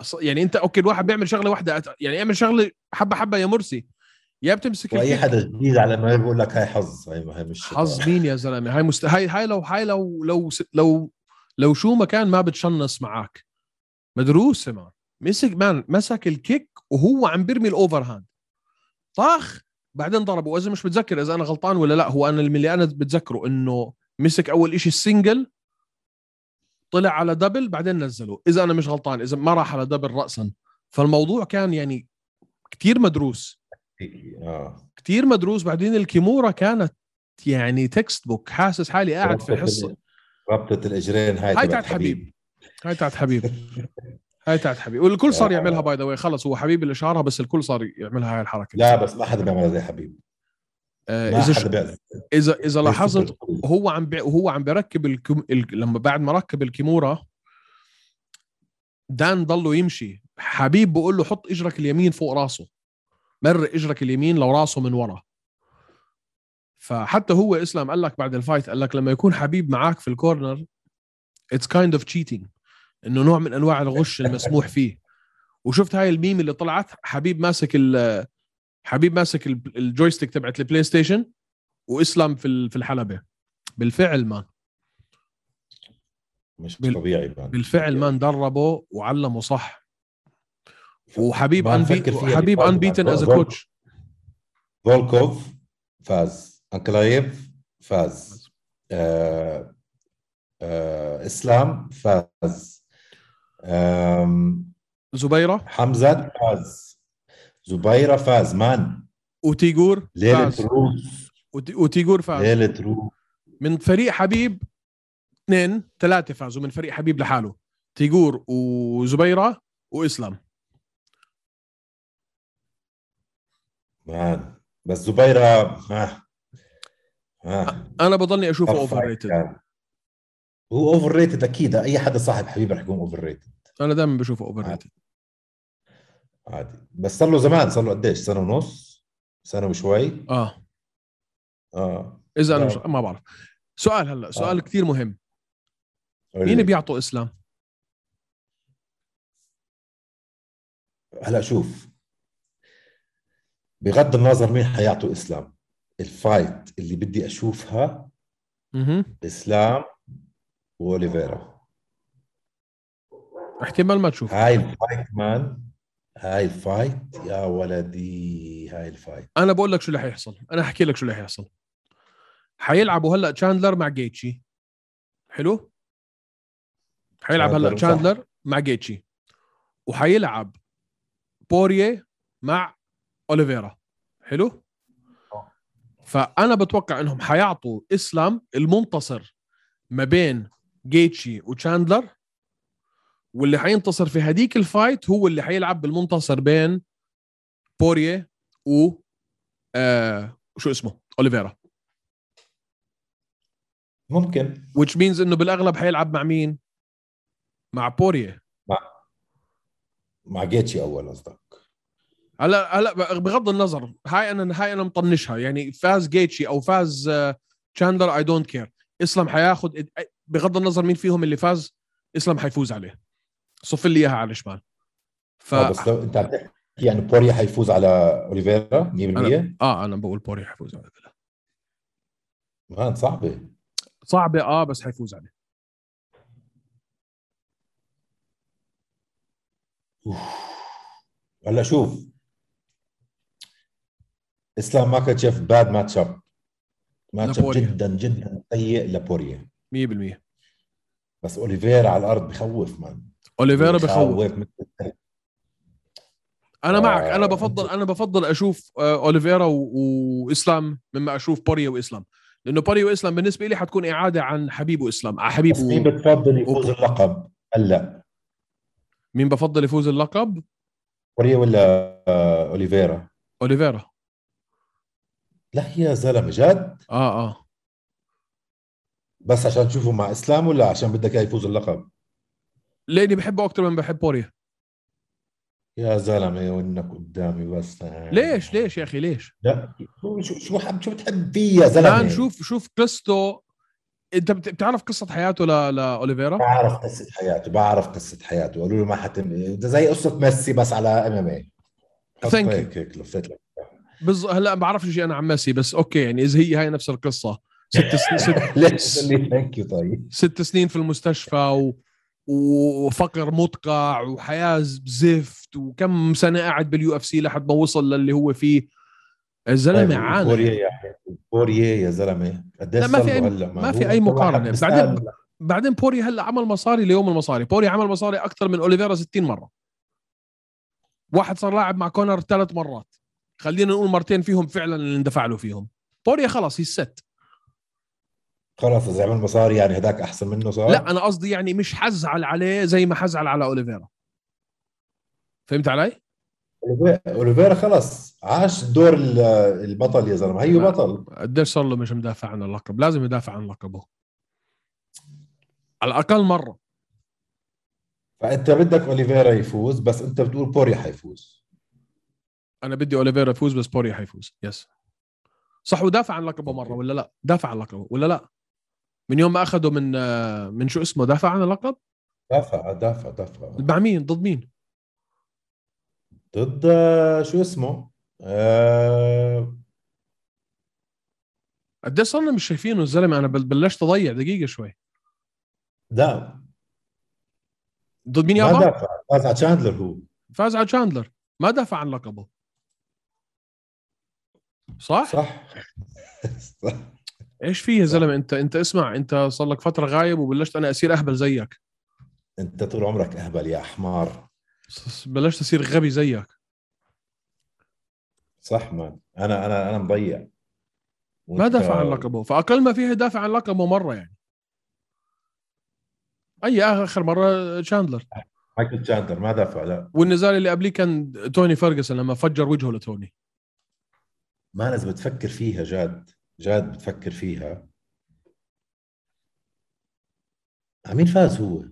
أص- يعني انت اوكي الواحد بيعمل شغله واحده أت- يعني اعمل شغله حبه حبه يا مرسي يا بتمسك
واي
الكيك
حدا جديد على ما بقول لك هاي حظ هاي ما هي مش
حظ مين يا زلمه هاي مست... هاي هاي لو هاي لو لو س- لو لو شو مكان ما بتشنص معك مدروسه مان مسك مان مسك الكيك وهو عم بيرمي الاوفر هاند طاخ بعدين ضربه واذا مش متذكر اذا انا غلطان ولا لا هو انا اللي انا بتذكره انه مسك اول إشي السنجل طلع على دبل بعدين نزله اذا انا مش غلطان اذا ما راح على دبل راسا فالموضوع كان يعني كتير مدروس
اه
كتير مدروس بعدين الكيمورا كانت يعني تكست بوك حاسس حالي قاعد في
ربطة
حصه
ال- ربطة الاجرين هاي
هاي
تبعت
تاعت حبيب هاي تاعت حبيب هاي تاعت حبيب والكل
آه.
صار يعملها باي ذا واي خلص هو حبيب اللي شارها بس الكل صار يعملها هاي الحركه
لا بس ما حدا بيعمل زي حبيب
آه
ما
اذا شو-
حدا بيعمل
اذا اذا لاحظت هو عم بي... هو عم بركب الكم... ال... لما بعد ما ركب الكيمورا دان ضله يمشي حبيب بقول له حط اجرك اليمين فوق راسه مر اجرك اليمين لو راسه من ورا فحتى هو اسلام قال لك بعد الفايت قال لك لما يكون حبيب معك في الكورنر اتس كايند اوف تشيتنج انه نوع من انواع الغش المسموح فيه وشفت هاي الميم اللي طلعت حبيب ماسك ال حبيب ماسك ال- الجويستيك تبعت البلاي ستيشن واسلام في ال- في الحلبه بالفعل مان
مش
بال-
طبيعي بان.
بالفعل مان دربه وعلمه صح وحبيب
ما
انبي
نفكر يعني فيها
حبيب
بالفعل.
انبيتن از
برضه.
كوتش
فولكوف فاز انكلايف فاز آه آه اسلام فاز آم،
زبيره
حمزه فاز زبيره فاز مان
وتيجور
ليله
فاز
روس
وت- وتيجور فاز
ليله روس
من فريق حبيب اثنين ثلاثه فازوا من فريق حبيب لحاله تيجور وزبيره واسلام
مان آه، بس آه، زبيرة ما ما
انا بضلني اشوفه
طرفة
اوفر ريتد
آه، كان. هو اوفر ريتد اكيد اي حدا صاحب حبيب رح يكون اوفر ريتد
انا دائما بشوفه اوفر ريتد
عادي بس صار له زمان صار له قديش سنة ونص سنة وشوي
اه
اه
اذا انا
آه.
مش ما بعرف سؤال هلا سؤال
آه.
كثير مهم
قول
مين
لي.
بيعطوا اسلام
هلا شوف بغض النظر مين حيعطوا اسلام الفايت اللي بدي اشوفها
اها
اسلام واوليفيرا
احتمال ما تشوف
هاي الفايت مان هاي الفايت يا ولدي هاي الفايت
انا بقول لك شو اللي حيحصل انا احكي لك شو اللي حيحصل حيلعبوا هلا تشاندلر مع جيتشي حلو حيلعب هلا
تشاندلر، صح.
تشاندلر مع جيتشي وحيلعب بوريه مع اوليفيرا حلو
آه.
فانا بتوقع انهم حيعطوا اسلام المنتصر ما بين جيتشي وتشاندلر واللي حينتصر في هديك الفايت هو اللي حيلعب بالمنتصر بين بوريه و آه شو اسمه اوليفيرا
ممكن
which means انه بالاغلب حيلعب مع مين؟ مع بوريه
مع جيتشي اول قصدك
هلا هلا بغض النظر هاي انا هاي انا مطنشها يعني فاز جيتشي او فاز آه، تشاندلر اي دونت كير اسلام حياخد بغض النظر مين فيهم اللي فاز اسلام حيفوز عليه صف لي اياها على الشمال ف
آه، بس لو انت عم تحكي يعني بوريا حيفوز على اوليفيرا 100%
أنا... اه انا بقول بوريه حيفوز عليه
مان صعبه
صعبه اه بس حيفوز عليه
هلا شوف اسلام ماكاتشيف باد ماتش اب ماتش اب
لبوريا.
جدا جدا سيء لبوريا
100%
بس اوليفيرا على الارض بخوف مان
اوليفيرا بخوف
مثل-
انا معك انا
آه،
بفضل انا بفضل اشوف آه، اوليفيرا و- واسلام مما اشوف بوريا واسلام لانه بوريا واسلام بالنسبه لي حتكون اعاده عن حبيب واسلام على حبيب
بس مين
و...
بتفضل يفوز اللقب هلا
مين بفضل يفوز اللقب
بوريا ولا آه، اوليفيرا
اوليفيرا
لا يا زلمه جد
اه اه
بس عشان تشوفه مع اسلام ولا عشان بدك اياه يفوز اللقب
لاني بحبه اكثر من بحب بوريا
يا زلمه وانك قدامي بس آه.
ليش ليش يا اخي ليش
لا شو شو شو حب شو بتحب فيه يا زلمه
الان شوف شوف قصته انت بت- بتعرف قصه حياته ل... لاوليفيرا
بعرف قصة حياته بعرف قصة حياته قالوا له ما حتم ده زي قصة ميسي بس على إيه. ام ام اي
Thank you.
هيك هيك لفيت لك
بز... هلا ما بعرفش شيء انا عن ميسي بس اوكي يعني اذا هي هاي نفس القصه ست سن... ست
ليش اللي ثانك يو طيب
ست سنين في المستشفى و... وفقر مدقع وحياه زفت وكم سنه قاعد باليو اف سي لحد ما وصل للي هو فيه الزلمه
طيب،
عانى
كوريا يا أخي، كوريا يا زلمه قديش
لا، ما
صار
في
له
أي-
هلا
ما
هو
في أي
طلع
مقارنة.
حب
بعدين-
يستاهل.
بعدين بوري هلا عمل مصاري ليوم المصاري بوري عمل مصاري اكثر من اوليفيرا 60 مره واحد صار لاعب مع كونر ثلاث مرات خلينا نقول مرتين فيهم فعلا اللي اندفع له فيهم بوريا خلاص هي الست
خلص اذا عمل مصاري يعني هداك احسن منه صار
لا انا قصدي يعني مش حزعل عليه زي ما حزعل على اوليفيرا فهمت علي؟
أوليفيرا- اوليفيرا خلص عاش دور ال- البطل يا زلمه هيو
ما-
بطل
قديش صار له مش مدافع عن اللقب لازم يدافع عن لقبه على الاقل مره
فانت بدك اوليفيرا يفوز بس انت بتقول كوريا حيفوز
انا بدي اوليفيرا يفوز بس بوريا حيفوز يس صح ودافع عن لقبه مره
أوكي.
ولا لا دافع عن لقبه ولا لا من يوم ما اخذه من آه، من شو اسمه دافع عن اللقب
دافع دافع دافع
مع مين ضد مين
ضد شو اسمه آه
قديش صرنا مش شايفينه الزلمه انا بل- بلشت اضيع دقيقه شوي
لا
ضد مين
ما
يابا
دافع فاز على تشاندلر هو
فاز على تشاندلر ما دافع عن لقبه صح
صح صح.
ايش في يا زلمه انت انت اسمع انت صار لك فتره غايب وبلشت انا اصير اهبل زيك
انت طول عمرك اهبل يا حمار
ص- بلشت اصير غبي زيك
صح مان انا انا انا مضيع
ما دافع عن لقبه فاقل ما فيها دافع عن لقبه مره يعني اي اخر مره شاندلر
مايكل تشاندر ما دافع لا
والنزال اللي قبليه كان توني فيرجسون لما فجر وجهه لتوني
ما لازم تفكر فيها جاد جاد بتفكر فيها آه، مين فاز هو؟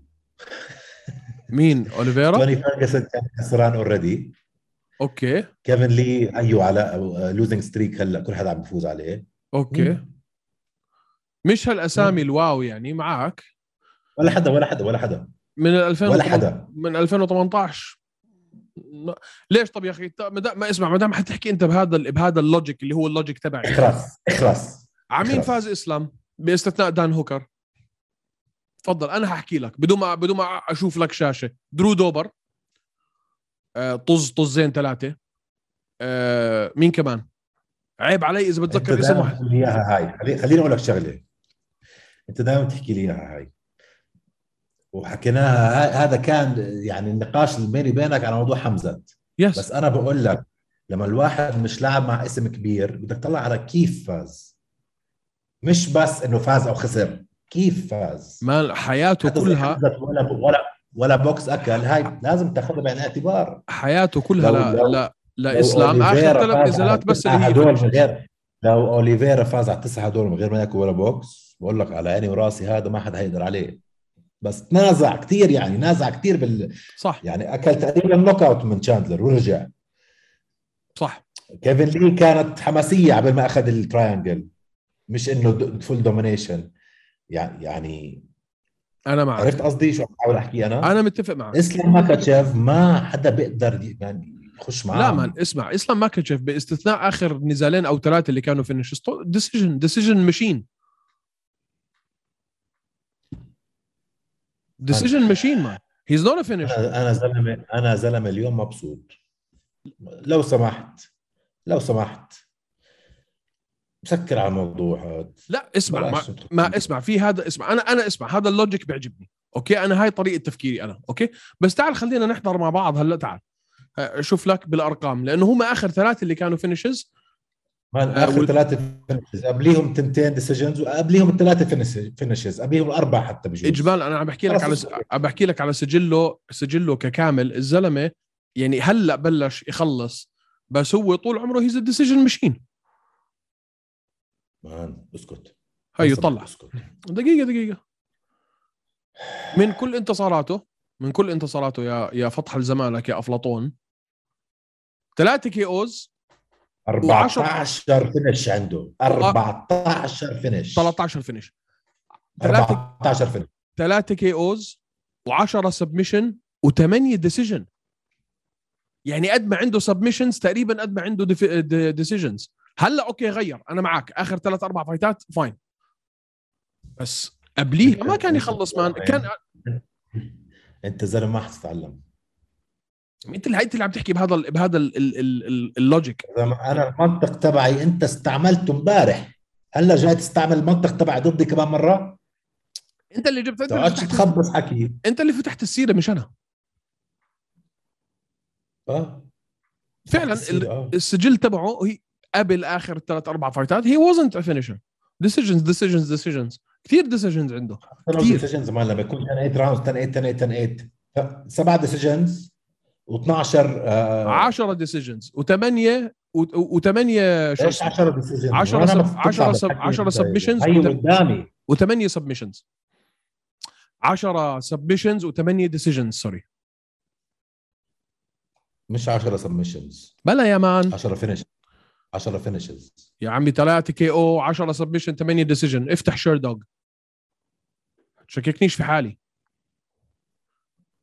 مين اوليفيرا
توني فيرجسون كان خسران اوريدي
اوكي
كيفن لي ايوه على لوزنج ستريك هلا كل حدا عم بفوز عليه
اوكي مش هالاسامي الواو يعني معك
ولا حدا ولا حدا ولا حدا
من 2000
ولا حدا
من 2018 لا. ليش طب يا اخي طب ما دام- ما اسمع ما دام حتحكي انت بهذا ال- بهذا اللوجيك اللي هو اللوجيك تبعي
اخرس اخرس
عمين
إخلاص.
فاز اسلام باستثناء دان هوكر تفضل انا هحكي لك بدون ما بدون ما اشوف لك شاشه درو دوبر آه، طز طزين ثلاثه آه، مين كمان عيب علي اذا بتذكر اسم واحد
تقول لي اياها هاي خلي- خليني اقول لك شغله انت دائما بتحكي لي اياها هاي وحكيناها ه- هذا كان يعني النقاش البيني بينك على موضوع حمزه
يس
بس انا بقول لك لما الواحد مش لاعب مع اسم كبير بدك تطلع على كيف فاز مش بس انه فاز او خسر كيف فاز
ما حياته
حتى زي
كلها
حدث ولا ولا ولا بوكس اكل هاي لازم تاخذها بعين الاعتبار
حياته كلها
لو-
لا
لو-
لا لا
لو
اسلام
أوليفيرا
اخر ثلاث
فاز
نزالات
على
بس اللي
التسعة
هي
هدول من
finishes.
غير لو اوليفيرا فاز على التسعه هدول من غير ما ياكل ولا بوكس بقول لك على عيني وراسي هذا ما حدا هيقدر عليه بس نازع كثير يعني نازع كثير بال
صح
يعني اكل تقريبا نوك اوت من تشاندلر ورجع
صح
كيفن لي كانت حماسيه قبل ما اخذ التراينجل مش انه فول دومينيشن يعني يعني
انا معك
عرفت قصدي شو عم بحاول احكي انا؟
انا متفق معك
اسلام ماكاتشيف ما حدا بيقدر ي- يعني يخش معاه
لا مان اسمع اسلام ماكاتشيف باستثناء اخر نزالين او ثلاثه اللي كانوا فينشز ديسيجن ديسيجن ماشين ديسيجن ماشين مان هيز نوت ا فينش
انا أنا زلمه انا زلمه اليوم مبسوط لو سمحت لو سمحت مسكر على الموضوع هذا
لا اسمع ما,
بلاش تدخل.
ما اسمع في هذا اسمع انا انا اسمع هذا اللوجيك بيعجبني اوكي انا هاي طريقه تفكيري انا اوكي بس تعال خلينا نحضر مع بعض هلا تعال أه، شوف لك بالارقام لانه هم اخر ثلاثه اللي كانوا فينشز
مان
آه،
اخر
وال-
ثلاثه فينشز قبليهم تنتين ديسيجنز وقبليهم الثلاثه فينشز قبليهم الاربعه حتى بجوز
اجمال انا عم بحكي لك على
خلاص.
عم بحكي لك على سجله سجله ككامل الزلمه يعني هلا بلش يخلص بس هو طول عمره هيز ديسيجن ماشين
مان اسكت
هيو
اسكت،
طلع
اسكت
دقيقه دقيقه من كل انتصاراته من كل انتصاراته يا يا فتح لزمانك يا افلاطون ثلاثه كي اوز
14 فينش عنده 14 فينش
13 فينش
14 فينش
ثلاثه كي اوز و10 سبمشن و8 ديسيجن يعني قد ما عنده سبمشنز تقريبا قد ما عنده ديسيجنز هلا اوكي غير انا معك اخر ثلاث اربع فايتات فاين بس قبليها يعني ما كان يخلص مان كان
انت زلمه ما حتتعلم
انت اللي انت اللي عم تحكي بهذا ال- بهذا ال- ال- ال- ال- اللوجيك
لما انا المنطق تبعي انت استعملته امبارح هلا جاي تستعمل المنطق تبعي ضدي كمان مره
انت اللي جبت انت اللي
تقعدش
فتحت,
تخبص حكي
انت اللي فتحت السيره مش انا
اه
فعلا ال-
بتصير، آه.
السجل تبعه هي قبل اخر ثلاث اربع فايتات هي وزنت فينيشر ديسيجنز ديسيجنز ديسيجنز كثير ديسيجنز عنده
أنا
كتير.
decisions زمان لما يكون 10 8 راوند 10 8 10 8 10 8 سبعه ديسيجنز و12 10
10 ديسيجنز و8 و8 شو
ايش
اسمه
10 ديسيجنز
10 sub- 10 sub- 10 submissions
هي
وت-
قدامي
و8 سبمشنز 10 سبمشنز و8 ديسيجنز سوري
مش 10 سبمشنز
بلا يا مان
10 فينش 10 فينشز
يا عمي 3 كي او 10 سبمشن 8 ديسيجن افتح شير دوغ شككنيش في حالي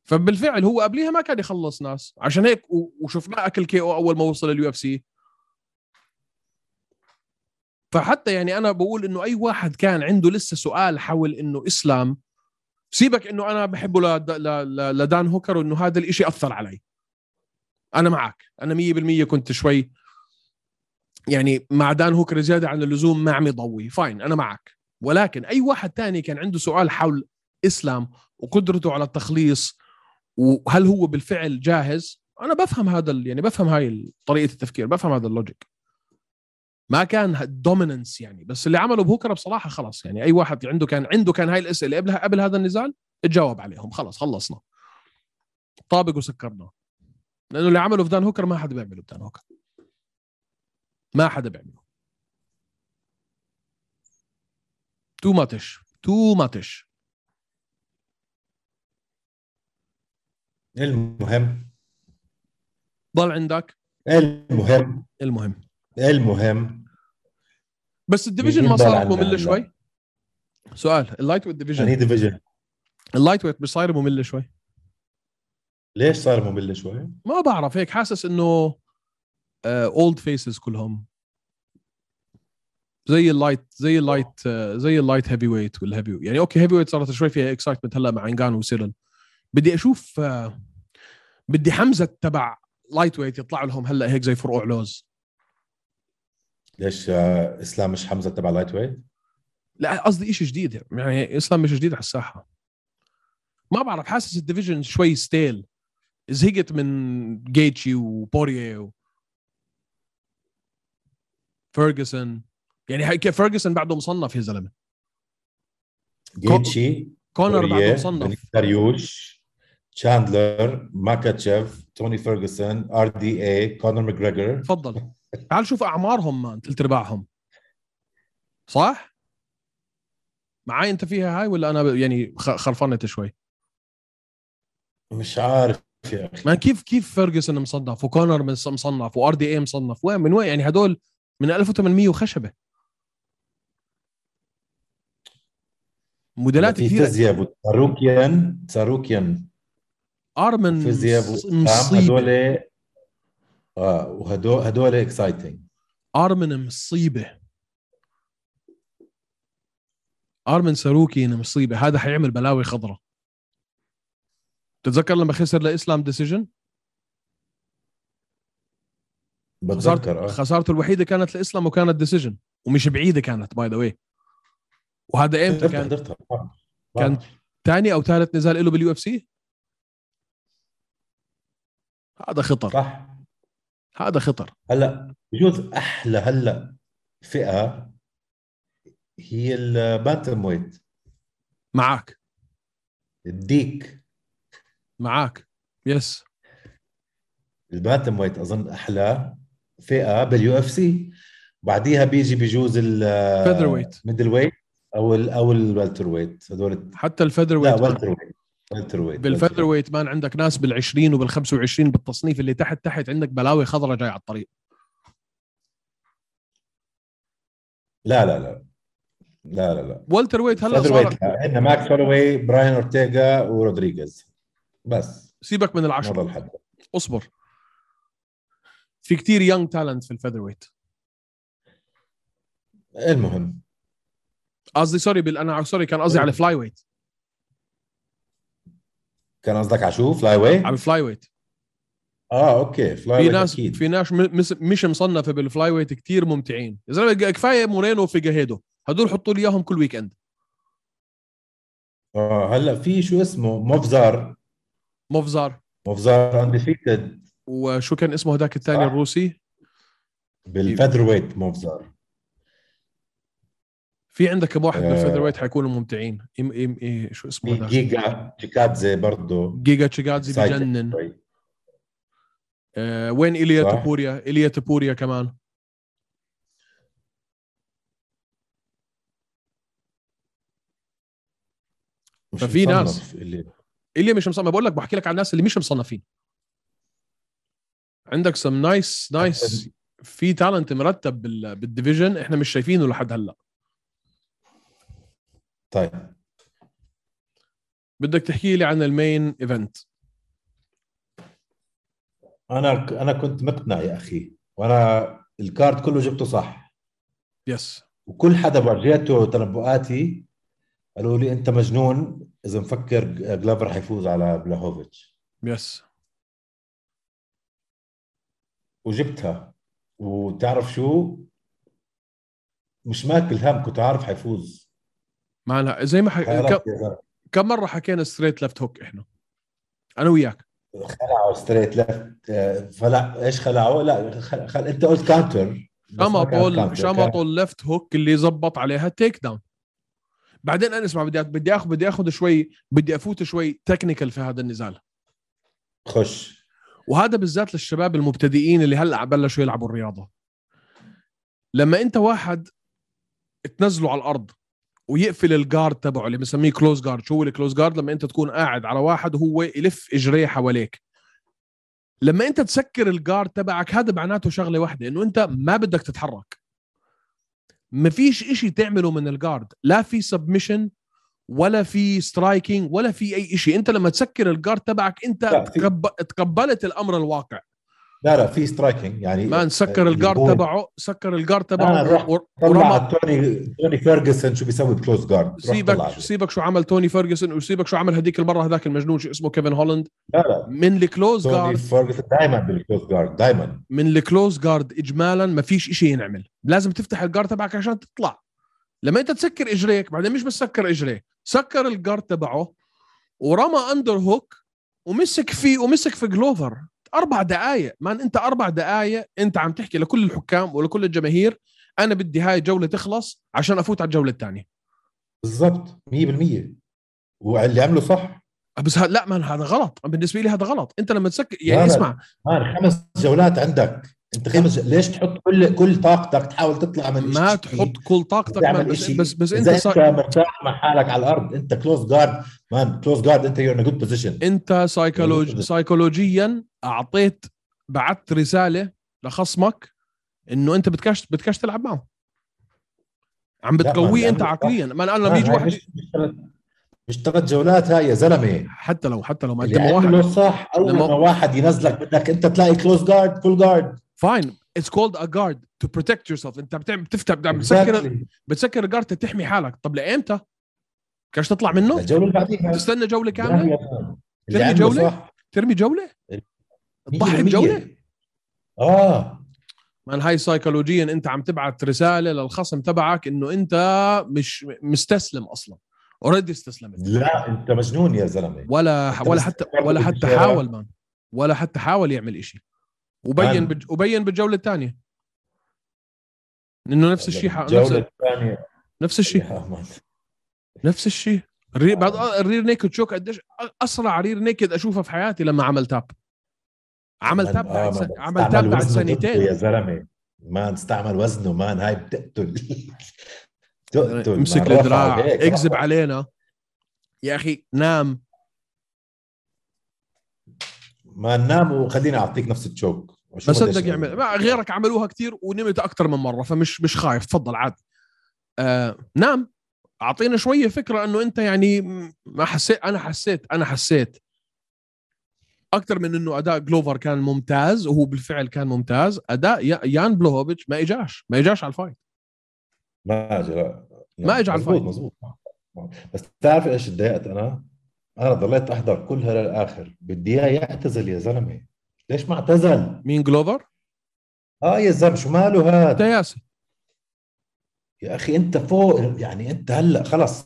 فبالفعل هو قبليها ما كان يخلص ناس عشان هيك و- وشفناه اكل كي او اول ما وصل اليو اف سي فحتى يعني انا بقول انه اي واحد كان عنده لسه سؤال حول انه اسلام سيبك انه انا بحبه لد... ل... ل... لدان هوكر وانه هذا الاشي اثر علي انا معك انا 100% كنت شوي يعني مع دان هوكر زياده عن اللزوم ما عم يضوي فاين انا معك ولكن اي واحد تاني كان عنده سؤال حول اسلام وقدرته على التخليص وهل هو بالفعل جاهز انا بفهم هذا ال- يعني بفهم هاي ال- طريقه التفكير بفهم هذا اللوجيك ما كان دوميننس يعني بس اللي عمله بهوكر بصراحه خلاص يعني اي واحد عنده كان عنده كان هاي الاسئله قبل قبل هذا النزال اتجاوب عليهم خلاص خلصنا طابق وسكرناه لانه اللي عمله في دان هوكر ما حدا بيعمله بدان هوكر ما حدا بيعمله تو ماتش تو ماتش
المهم
ضل عندك
المهم
المهم
المهم
بس الديفيجن
مين
ما
ضل
صارت
عندنا
ممله
هلا؟
شوي سؤال اللايت ويت ديفيجن
يعني ديفيجن
اللايت ويت مش صايره ممله شوي
ليش صار ممل شوي؟
ما بعرف هيك حاسس انه اولد فيسز كلهم زي اللايت زي اللايت آه، زي اللايت هيفي ويت والهيفي يعني اوكي هيفي ويت صارت شوي فيها اكسايتمنت هلا مع انجانو وسيرل بدي اشوف آه، بدي حمزه تبع لايت ويت يطلع لهم هلا هيك زي فروع لوز
ليش آه، اسلام مش حمزه تبع لايت ويت؟
لا قصدي شيء جديد يعني اسلام مش جديد على الساحه ما بعرف حاسس الديفيجن شوي ستيل زهقت من جيتشي وبوريه و... فيرجسون يعني هيك فيرجسون بعده مصنف يا زلمه
جيتشي
كونر بعده
بوريه،
مصنف
بنيك داريوش تشاندلر ماكاتشيف توني فيرجسون ار دي اي كونر ماجريجر
تفضل تعال شوف اعمارهم مان ثلث ارباعهم صح؟ معاي انت فيها هاي ولا انا ب- يعني خ- خرفنت شوي
مش عارف يا اخي
ما كيف كيف فيرجسون مصنف وكونر مص- مصنف وار دي اي مصنف وين من وين يعني هدول من 1800 وخشبه موديلات
في
كثير
تزياب تاروكيان تاروكيان
ارمن
في زياب
مص-
وسام
مصيبه
هدول اه وهدول هدول اكسايتنج
ارمن مصيبه ارمن ساروكين مصيبه هذا حيعمل بلاوي خضراء تتذكر لما خسر لاسلام ديسيجن
بتذكر
خسارته
اه
خسارته الوحيده كانت لاسلام وكانت ديسيجن ومش بعيده كانت باي ذا واي وهذا امتى
حضرتها
كان
حضرتها آه.
كان تاني او ثالث نزال له باليو اف سي هذا خطر
صح
هذا خطر
هلا بجوز احلى هلا فئه هي الباتم ويت
معك
الديك
معك يس
الباتم ويت اظن احلى فئه باليو اف سي بعديها بيجي بجوز ال
فيذر ويت
ميدل ويت او ال او الوالتر ويت هدول الت-
حتى الفيذر
لا
ويت
والتر ويت والتر ويت
بالفيذر ويت مان عندك ناس بال20 وبال25 بالتصنيف اللي تحت تحت عندك بلاوي خضراء جاي على الطريق
لا لا لا لا لا لا
والتر ويت هلا
فيذر
صار
ويت عندنا ماكس هولوي براين اورتيغا ورودريغيز بس
سيبك من العشرة
هذا الحد
اصبر في كتير يونج تالنت في الفيذر ويت
المهم
قصدي سوري بال... انا سوري كان قصدي على الفلاي ويت
كان قصدك على شو فلاي واي؟
على الفلاي ويت
اه اوكي فلاي
في
واي
ناس
اكيد
في ناس م- مس- مش مصنفه بالفلاي ويت كثير ممتعين يا زلمه ك- كفايه مورينو وفيجاهيدو هدول حطوا لي اياهم كل ويك اند
آه هلا في شو اسمه مفزار
موفزار
مفزار انديفيتد
وشو كان اسمه هداك الثاني
صح.
الروسي
بالفيذر ويت مفزار
في عندك كم واحد
آه.
بالفيذر ويت حيكونوا ممتعين ام ام اي شو اسمه
في
هداك
جيجا تشيكادزي برضه
جيجا تشيغادزي
Excited.
بجنن آه وين ايليا
صح.
تبوريا ايليا تبوريا كمان
مش
ففي
مصنف
ناس.
اللي
ايليا مش مصنف بقول لك بحكي لك على الناس اللي مش مصنفين عندك سم نايس نايس في تالنت مرتب بال- بالديفيجن احنا مش شايفينه لحد هلا
طيب
بدك تحكي لي عن المين ايفنت
انا ك- انا كنت مقتنع يا اخي وانا الكارد كله جبته صح
يس
وكل حدا ورجيته تنبؤاتي قالوا لي انت مجنون اذا مفكر ج- جلافر حيفوز على بلاهوفيتش
يس
وجبتها وتعرف شو مش ماكل هم كنت عارف حيفوز
معنا زي ما حك... كم...
حيعرف يا زلمة.
كم مره حكينا ستريت ليفت هوك احنا انا وياك
آه، خلعوا ستريت ليفت فلا ايش خلعوا؟ لا خل... خل... انت قلت كانتر
شمطوا شمطوا اللفت هوك اللي زبط عليها التيك داون بعدين انا اسمع بدي بدي اخذ بدي اخذ شوي بدي افوت شوي تكنيكال في هذا النزال
خش
وهذا بالذات للشباب المبتدئين اللي هلا بلشوا يلعبوا الرياضه لما انت واحد تنزله على الارض ويقفل الجارد تبعه اللي بنسميه كلوز جارد شو هو الكلوز جارد لما انت تكون قاعد على واحد وهو يلف اجريه حواليك لما انت تسكر الجارد تبعك هذا معناته شغله واحده انه انت ما بدك تتحرك ما فيش اشي تعمله من الجارد لا في سبمشن ولا في سترايكينج ولا في اي شيء انت لما تسكر الجارد تبعك انت
لا، في-
تقب... تقبلت الامر الواقع
لا لا في سترايكنج يعني
ما سكر الجارد
الجمهور-
تبعه سكر الجارد
لا،
تبعه
روح.
ور- ورمى
طلع توني توني فيرجسون شو بيسوي بكلوز جارد
سيبك سيبك شو عمل توني فيرجسون وسيبك شو عمل هذيك المره هذاك المجنون شو اسمه كيفن هولاند
لا لا
من الكلوز
توني
جارد
فيرجسون دائما بالكلوز جارد دائما
من الكلوز جارد اجمالا ما فيش شيء ينعمل لازم تفتح الجارد تبعك عشان تطلع لما انت تسكر اجريك بعدين مش بس سكر اجريه سكر الجارد تبعه ورمى اندر هوك ومسك فيه ومسك في جلوفر اربع دقائق مان انت اربع دقائق انت عم تحكي لكل الحكام ولكل الجماهير انا بدي هاي الجوله تخلص عشان افوت على الجوله الثانيه
بالضبط 100% واللي عمله صح
بس ه... لا مان هذا غلط بالنسبه لي هذا غلط انت لما تسكر
لا،
يعني
لا.
اسمع
مان خمس جولات عندك انت خمس ج... ليش تحط كل كل طاقتك تحاول تطلع من
أه. ما
إشي؟
تحط كل طاقتك
تعمل
مان، بس
إشي.
بس, بس انت
اذا انت
صار
مرتاح مع حالك على الارض انت كلوز جارد مان كلوز جارد انت يور ان جود بوزيشن
انت سايكولوج...
بالضبط.
سايكولوجيا اعطيت بعت رساله لخصمك انه انت بدكش بدكش تلعب معه عم
لا، ما
بتقويه انت
لأنه-
عقليا ما انا لما يجي واحد
آه، مش مش ثلاث- مش ثلاث جولات هاي يا زلمه
حتى لو حتى لو ما انت
اللي
ما واحد
عمله صح اول
لما-
ما واحد ينزلك بدك انت تلاقي كلوز جارد فول جارد
فاين اتس كولد ا جارد تو بروتكت يور سيلف انت بتعمل بتفتح بتعمل- بتسكر بتسكر الجارد تحمي حالك طب لايمتى؟ بدكش تطلع منه؟
الجوله اللي بعديها
تستنى جوله كامله؟
اللي
ترمي
عمله
جولة؟
صح
ترمي جوله؟ تضحي
100%.
بجولة؟
اه
من هاي سايكولوجيا انت عم تبعت رساله للخصم تبعك انه انت مش مستسلم اصلا اوريدي استسلمت
لا انت مجنون يا زلمه
ولا
أنت
ولا
بس
حتى
بتعمل
ولا حتى
بالشارع.
حاول مان ولا حتى حاول يعمل إشي وبين
مان.
بج... وبين بالجوله الثانيه انه نفس الشيء ح... نفس
الجوله الثانيه
نفس الشيء
يا مان.
نفس الشيء الري... بعد الرير نيكد شوك قديش اسرع رير نيكد اشوفه في حياتي لما عمل تاب عمل
مان،
تاب
آه،
بعد س...
مان،
عمل
استعمل
تاب بعد
وزنه يعني. ضده
سنتين
يا زلمه مان استعمل وزنه مان هاي بتقتل تقتل مان،
امسك
رفعه
الدراع
هيك،
اكذب
رفعه.
علينا يا اخي نام
مان نام وخليني اعطيك نفس التشوك
ما
وشوف قديش
صدق يعمل ما غيرك عملوها كثير ونمت اكثر من مره فمش مش خايف تفضل عاد آه نام اعطينا شويه فكره انه انت يعني م- ما حسيت انا حسيت انا حسيت اكثر من انه اداء جلوفر كان ممتاز وهو بالفعل كان ممتاز اداء يا- يان بلوهوفيتش ما اجاش ما اجاش على الفايت
ما اجى لا
ما إجى على
مزبوط
الفايت.
مزبوط بس تعرف ايش تضايقت انا؟ انا ضليت احضر كلها للاخر بدي اياه يعتزل يا زلمه ليش ما اعتزل؟
مين جلوفر
اه يا زلمه شو ماله هذا؟
تياسي
يا اخي انت فوق يعني انت هلا خلص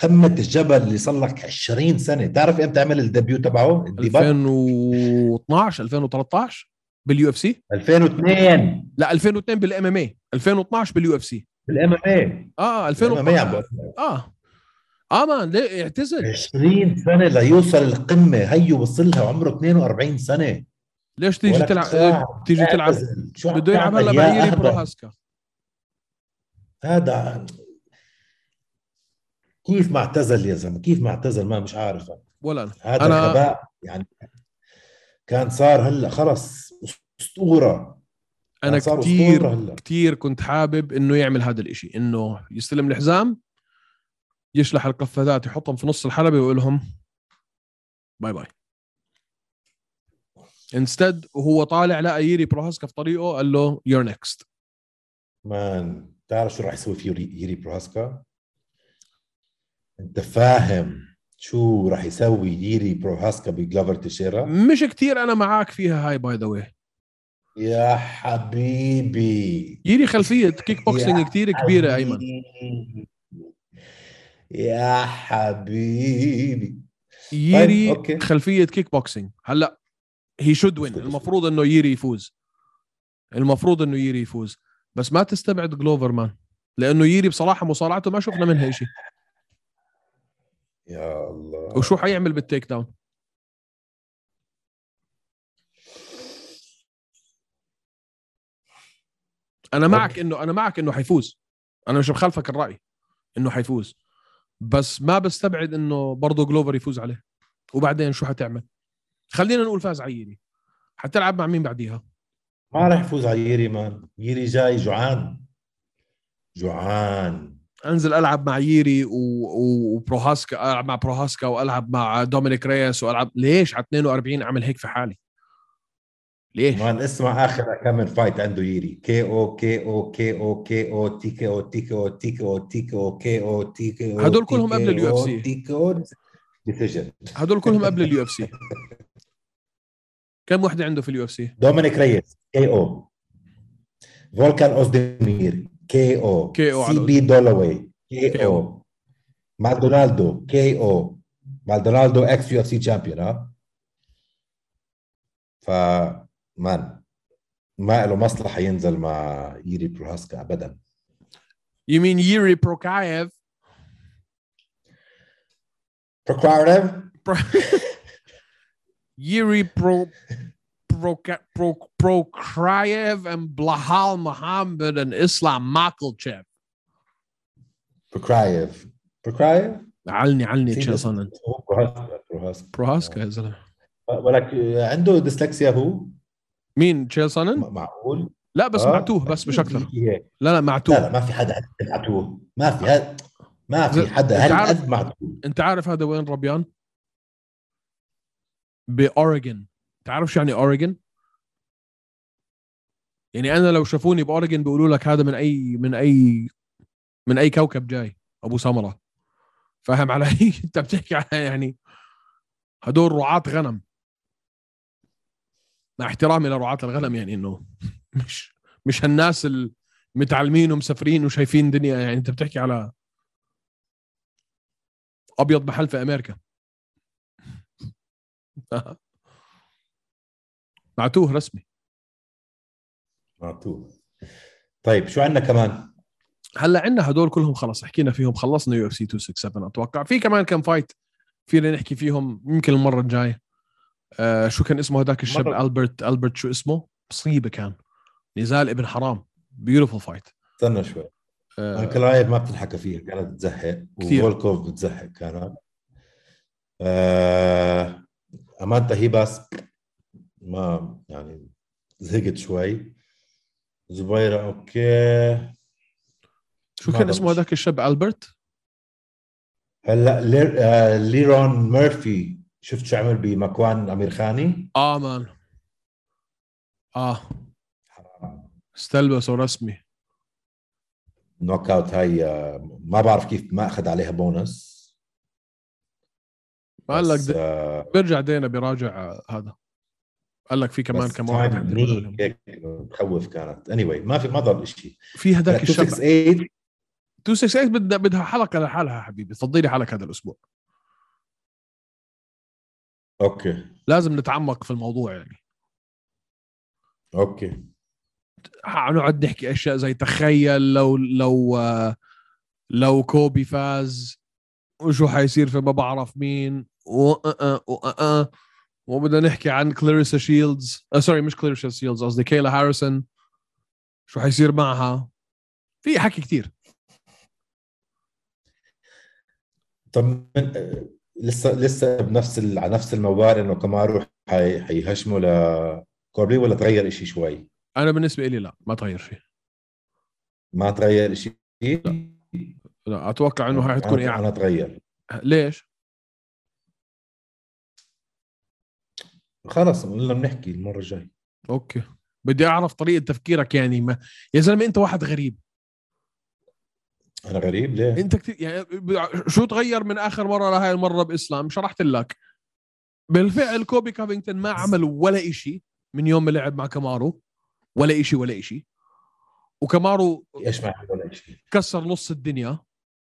قمه الجبل اللي صار لك 20 سنه تعرف امتى عمل الدبيو تبعه؟ الديباك
2012 2013 باليو اف سي
2002
لا 2002 بالام ام اي 2012 باليو اف سي
بالام ام اي
اه 2012
2002
اه اه مان ليه اعتزل
20 سنه ليوصل القمه هيو وصلها وعمره 42 سنه
ليش تيجي
ولا
تلعب
ساعة.
تيجي تلعب
اعتزل. شو عم
بده يلعب
تعمل
هلا
يا
بعيري
أهبل؟
بروهاسكا
هذا كيف ما اعتزل يا زلمه كيف ما اعتزل ما مش عارف
ولا انا
هذا
أنا-
أنا... غباء يعني كان صار هلا خلص اسطوره كان
انا
صار
كثير
اسطوره هلا
كثير كنت حابب انه يعمل هذا الاشي انه يستلم الحزام يشلح القفازات يحطهم في نص الحلبه ويقول لهم باي باي انستد وهو طالع لقى ييري بروهاسكا في طريقه قال له يور نيكست
مان تعرف شو راح يسوي في يوري, يوري بروهاسكا انت فاهم شو راح يسوي يوري بروهاسكا بجلافر تشيرا
مش كثير انا معاك فيها هاي باي ذا واي
يا حبيبي
ييري خلفيه كيك بوكسينج
يا
كثير
طيب،
كبيره ايمن
يا حبيبي
ييري
طيب، أوكي.
خلفيه كيك بوكسينج هلا هي شود وين المفروض انه ييري يفوز المفروض انه ييري يفوز بس ما تستبعد جلوفر مان لانه ييري بصراحه مصارعته ما شفنا منها شيء
يا الله
وشو حيعمل بالتيك داون انا معك انه انا معك انه حيفوز انا مش بخالفك الراي انه حيفوز بس ما بستبعد انه برضه جلوفر يفوز عليه وبعدين شو حتعمل خلينا نقول فاز عيني حتلعب مع مين بعديها
ما راح يفوز على ييري مان ييري جاي جوعان جوعان
انزل العب مع ييري و... و... وبروهاسكا العب مع بروهاسكا والعب مع دومينيك ريس والعب ليش على 42 اعمل هيك في حالي ليش
مان اسمع اخر كم من فايت عنده ييري كي او كي او كي او كي او تي كي او تي كي او تي كي او تي كي او كي او تي كي او
هدول كلهم قبل ال UFC.
تي كي او ديسيجن
هدول كلهم قبل اليو اف سي كم وحده عنده في اليو اف سي
دومينيك ريس كي او فولكان اوزديمير كي او
KO على
سي بي دولوي كي او مالدونالدو كي او مالدونالدو اكس يو اف سي تشامبيون ها ف مان ما له مصلحه ينزل مع ييري بروهاسكا ابدا
يمين ييري بروكايف
بروكواريف
ييري برو بروكا برو بروكرايف and بلاهال محمد and اسلام ماكلتشيف
بروكرايف بروكرايف
علني علني
سيدي.
تشيلسون انت
هو بروهاسكا بروهاسكا
بروهاسكا يا زلمه
ولك عنده ديسلكسيا هو
مين تشيلسون
معقول
لا بس
آه.
معتوه بس مش اكثر
هيك هيك.
لا لا
لا
معتوه
لا ما في حدا هالقد معتوه ما في هاد ما في حدا
أنت عارف-
هالقد معتوه
انت عارف هذا وين ربيان؟ باوريجن تعرف شو يعني اوريجن؟ يعني انا لو شافوني باوريجن بيقولوا لك هذا من اي من اي من اي كوكب جاي ابو سمره فاهم علي؟ انت بتحكي على يعني هدول رعاة غنم مع احترامي لرعاة الغنم يعني انه مش مش هالناس المتعلمين ومسافرين وشايفين دنيا يعني انت بتحكي على ابيض محل في امريكا معتوه رسمي
معتوه طيب شو عندنا كمان؟
هلا عندنا هدول كلهم خلص حكينا فيهم خلصنا يو اف سي 267 اتوقع في كمان كم فايت فينا نحكي فيهم يمكن المره الجايه آه شو كان اسمه هداك الشاب
مرة-
البرت البرت شو اسمه مصيبه كان نزال ابن حرام بيوتيفول فايت
استنى شوي
آه
انكلايف ما بتنحكى فيها كانت بتزهق
كثير.
وفولكوف بتزهق كانت آه امانتا هي بس ما يعني زهقت شوي زبيرة اوكي
شو
ما
كان
بعرف.
اسمه هداك الشاب البرت
هلا لير... آه ليرون ميرفي شفت شو عمل بمكوان امير خاني
اه مان اه استلبسه رسمي
نوك اوت هاي آه ما بعرف كيف ما اخذ عليها بونس
ما قال لك
بس، آه
بيرجع دينا بيراجع آه، هذا قال لك في كمان
بس
كم
time
واحد
and
عندنا
need هيك بتخوف كانت اني anyway, ما في ما ضل شيء
في
يعني
هذاك الشاب
268
268 بدها بدها حلقه لحالها حبيبي تفضلي حلقه هذا الاسبوع
اوكي
لازم نتعمق في الموضوع يعني
اوكي
نقعد نحكي اشياء زي تخيل لو لو آه، لو كوبي فاز وشو حيصير في ما بعرف مين و وأه وبدنا نحكي عن كلاريسا شيلدز آه سوري مش كلاريسا شيلدز قصدي كيلا هاريسون شو حيصير معها في حكي كتير
طب من آه، لسه لسه بنفس ال... على نفس الموال انه كمارو حي... حيهشمه لكوربي ولا تغير شيء شوي؟
انا بالنسبه لي لا ما تغير شيء
ما تغير شيء؟
لا اتوقع انه هاي حتكون
انا,
إعادة
أنا تغير
ليش؟
خلص قلنا بنحكي المره الجايه
اوكي بدي اعرف طريقه تفكيرك يعني ما يا زلمه انت واحد غريب
انا غريب ليه؟
انت كتير يعني ب- شو تغير من اخر مره لهاي المره باسلام شرحت لك بالفعل كوبي كافينغتون ما عمل ولا إشي من يوم ما لعب مع كامارو ولا إشي ولا إشي وكامارو
ايش ما عمل ولا شيء
كسر نص الدنيا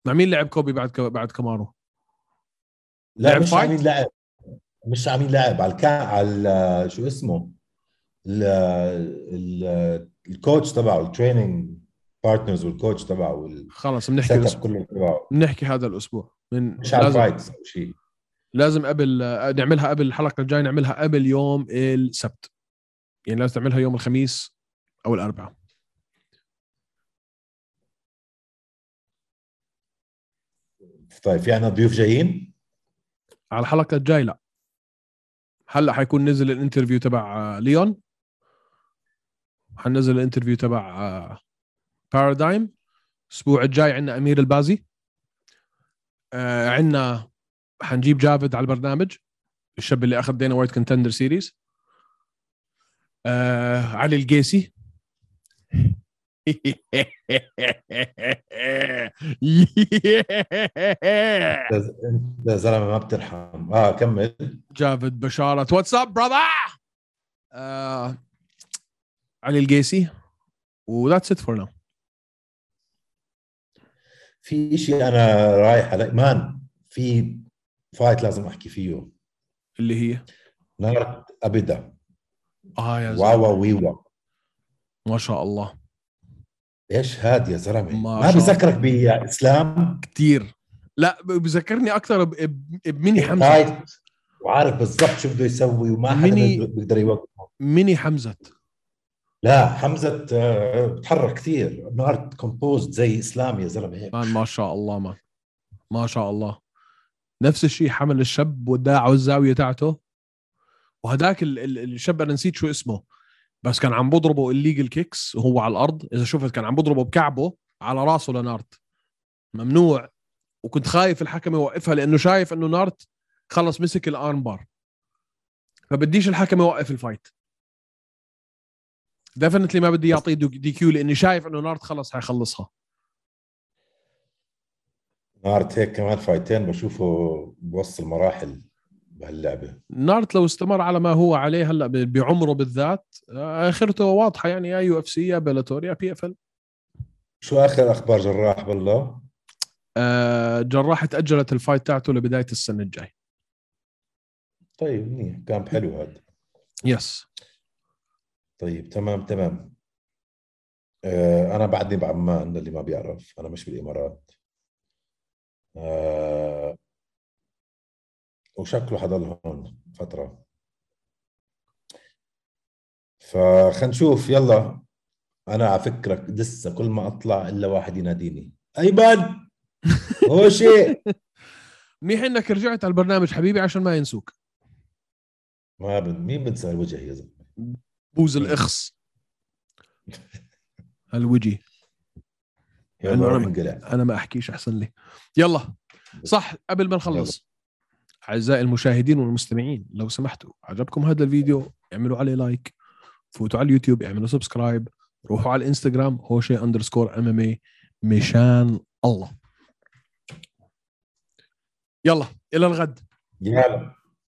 مع مين لعب كوبي بعد ك- بعد كامارو
لا
لعب
مش
فايت؟
عاملين لعب مش عاملين لعب على الكا على شو اسمه ال ال الكوتش تبعه التريننج بارتنرز والكوتش تبعه والسيت
خلص بنحكي
اب
الأسبوع-
كله تبعه
بنحكي هذا الاسبوع من
مش على
لازم
الفايتس او شيء
لازم قبل آه، نعملها قبل الحلقه الجايه نعملها قبل يوم السبت يعني لازم تعملها يوم الخميس او الاربعاء
طيب في عنا ضيوف جايين
على الحلقه الجايه لا هلا حيكون نزل الانترفيو تبع آه، ليون حنزل الانترفيو تبع آه، بارادايم الاسبوع الجاي عندنا امير البازي آه، عندنا حنجيب جافد على البرنامج الشاب اللي اخذ دينا وايت كونتندر سيريز آه، علي القيسي
يا- انت يا زلمه ما بترحم اه كمل
جافد بشارة واتساب براذر آه، علي القيسي وذاتس ات فور ناو
في شيء انا رايح عليه مان في فايت لازم احكي فيه
اللي هي
نار ابدا
اه يا زلمه
واوا ويوا
ما شاء الله
ايش هاد يا زلمه
ما
ما,
شاء
بذكرك باسلام
كثير لا ب- بذكرني اكثر ب- ب- بميني حمزه
فايت وعارف بالضبط شو بده يسوي وما حدا
ميني-
بده- بيقدر يوقفه
ميني حمزه
لا حمزه آه، بتحرك كثير نار كومبوزد زي اسلام يا زلمه هيك
مان ما شاء الله مان ما شاء الله نفس الشيء حمل الشاب وداعه على الزاويه تاعته وهداك ال- ال- الشاب انا نسيت شو اسمه بس كان عم بضربه الليجل كيكس وهو على الارض اذا شفت كان عم بضربه بكعبه على راسه لنارت ممنوع وكنت خايف الحكم يوقفها لانه شايف انه نارت خلص مسك الارم بار فبديش الحكم يوقف الفايت ديفنتلي ما بدي يعطيه دو- دي كيو لاني شايف انه نارت خلص حيخلصها
نارت هيك كمان فايتين بشوفه بوصل مراحل بهاللعبه
نارت لو استمر على ما هو عليه هلا ب- بعمره بالذات آه، اخرته واضحه يعني يا يو اف سي يا بلاتور يا بي اف ال
شو اخر اخبار جراح بالله؟
آه، جراح تاجلت الفايت تاعته لبدايه السنه الجاي
طيب منيح كان حلو هذا
يس
طيب تمام تمام آه انا بعدني بعمان اللي ما بيعرف انا مش بالامارات آه وشكله حضل هون فتره فخلينا نشوف يلا انا على فكره لسه كل ما اطلع الا واحد يناديني ايمن هو شيء
منيح انك رجعت على البرنامج حبيبي عشان ما ينسوك
ما بن... مين بنسى الوجه يا زلمه
بوز الاخص الوجي
يلا
إنه أنا-
روح انقلع
انا ما احكيش احسن لي يلا صح قبل ما نخلص اعزائي المشاهدين والمستمعين لو سمحتوا عجبكم هذا الفيديو اعملوا عليه لايك فوتوا على اليوتيوب اعملوا سبسكرايب روحوا على الانستغرام هو شيء اندرسكور ام ام اي إيه، مشان الله يلا الى الغد
يلا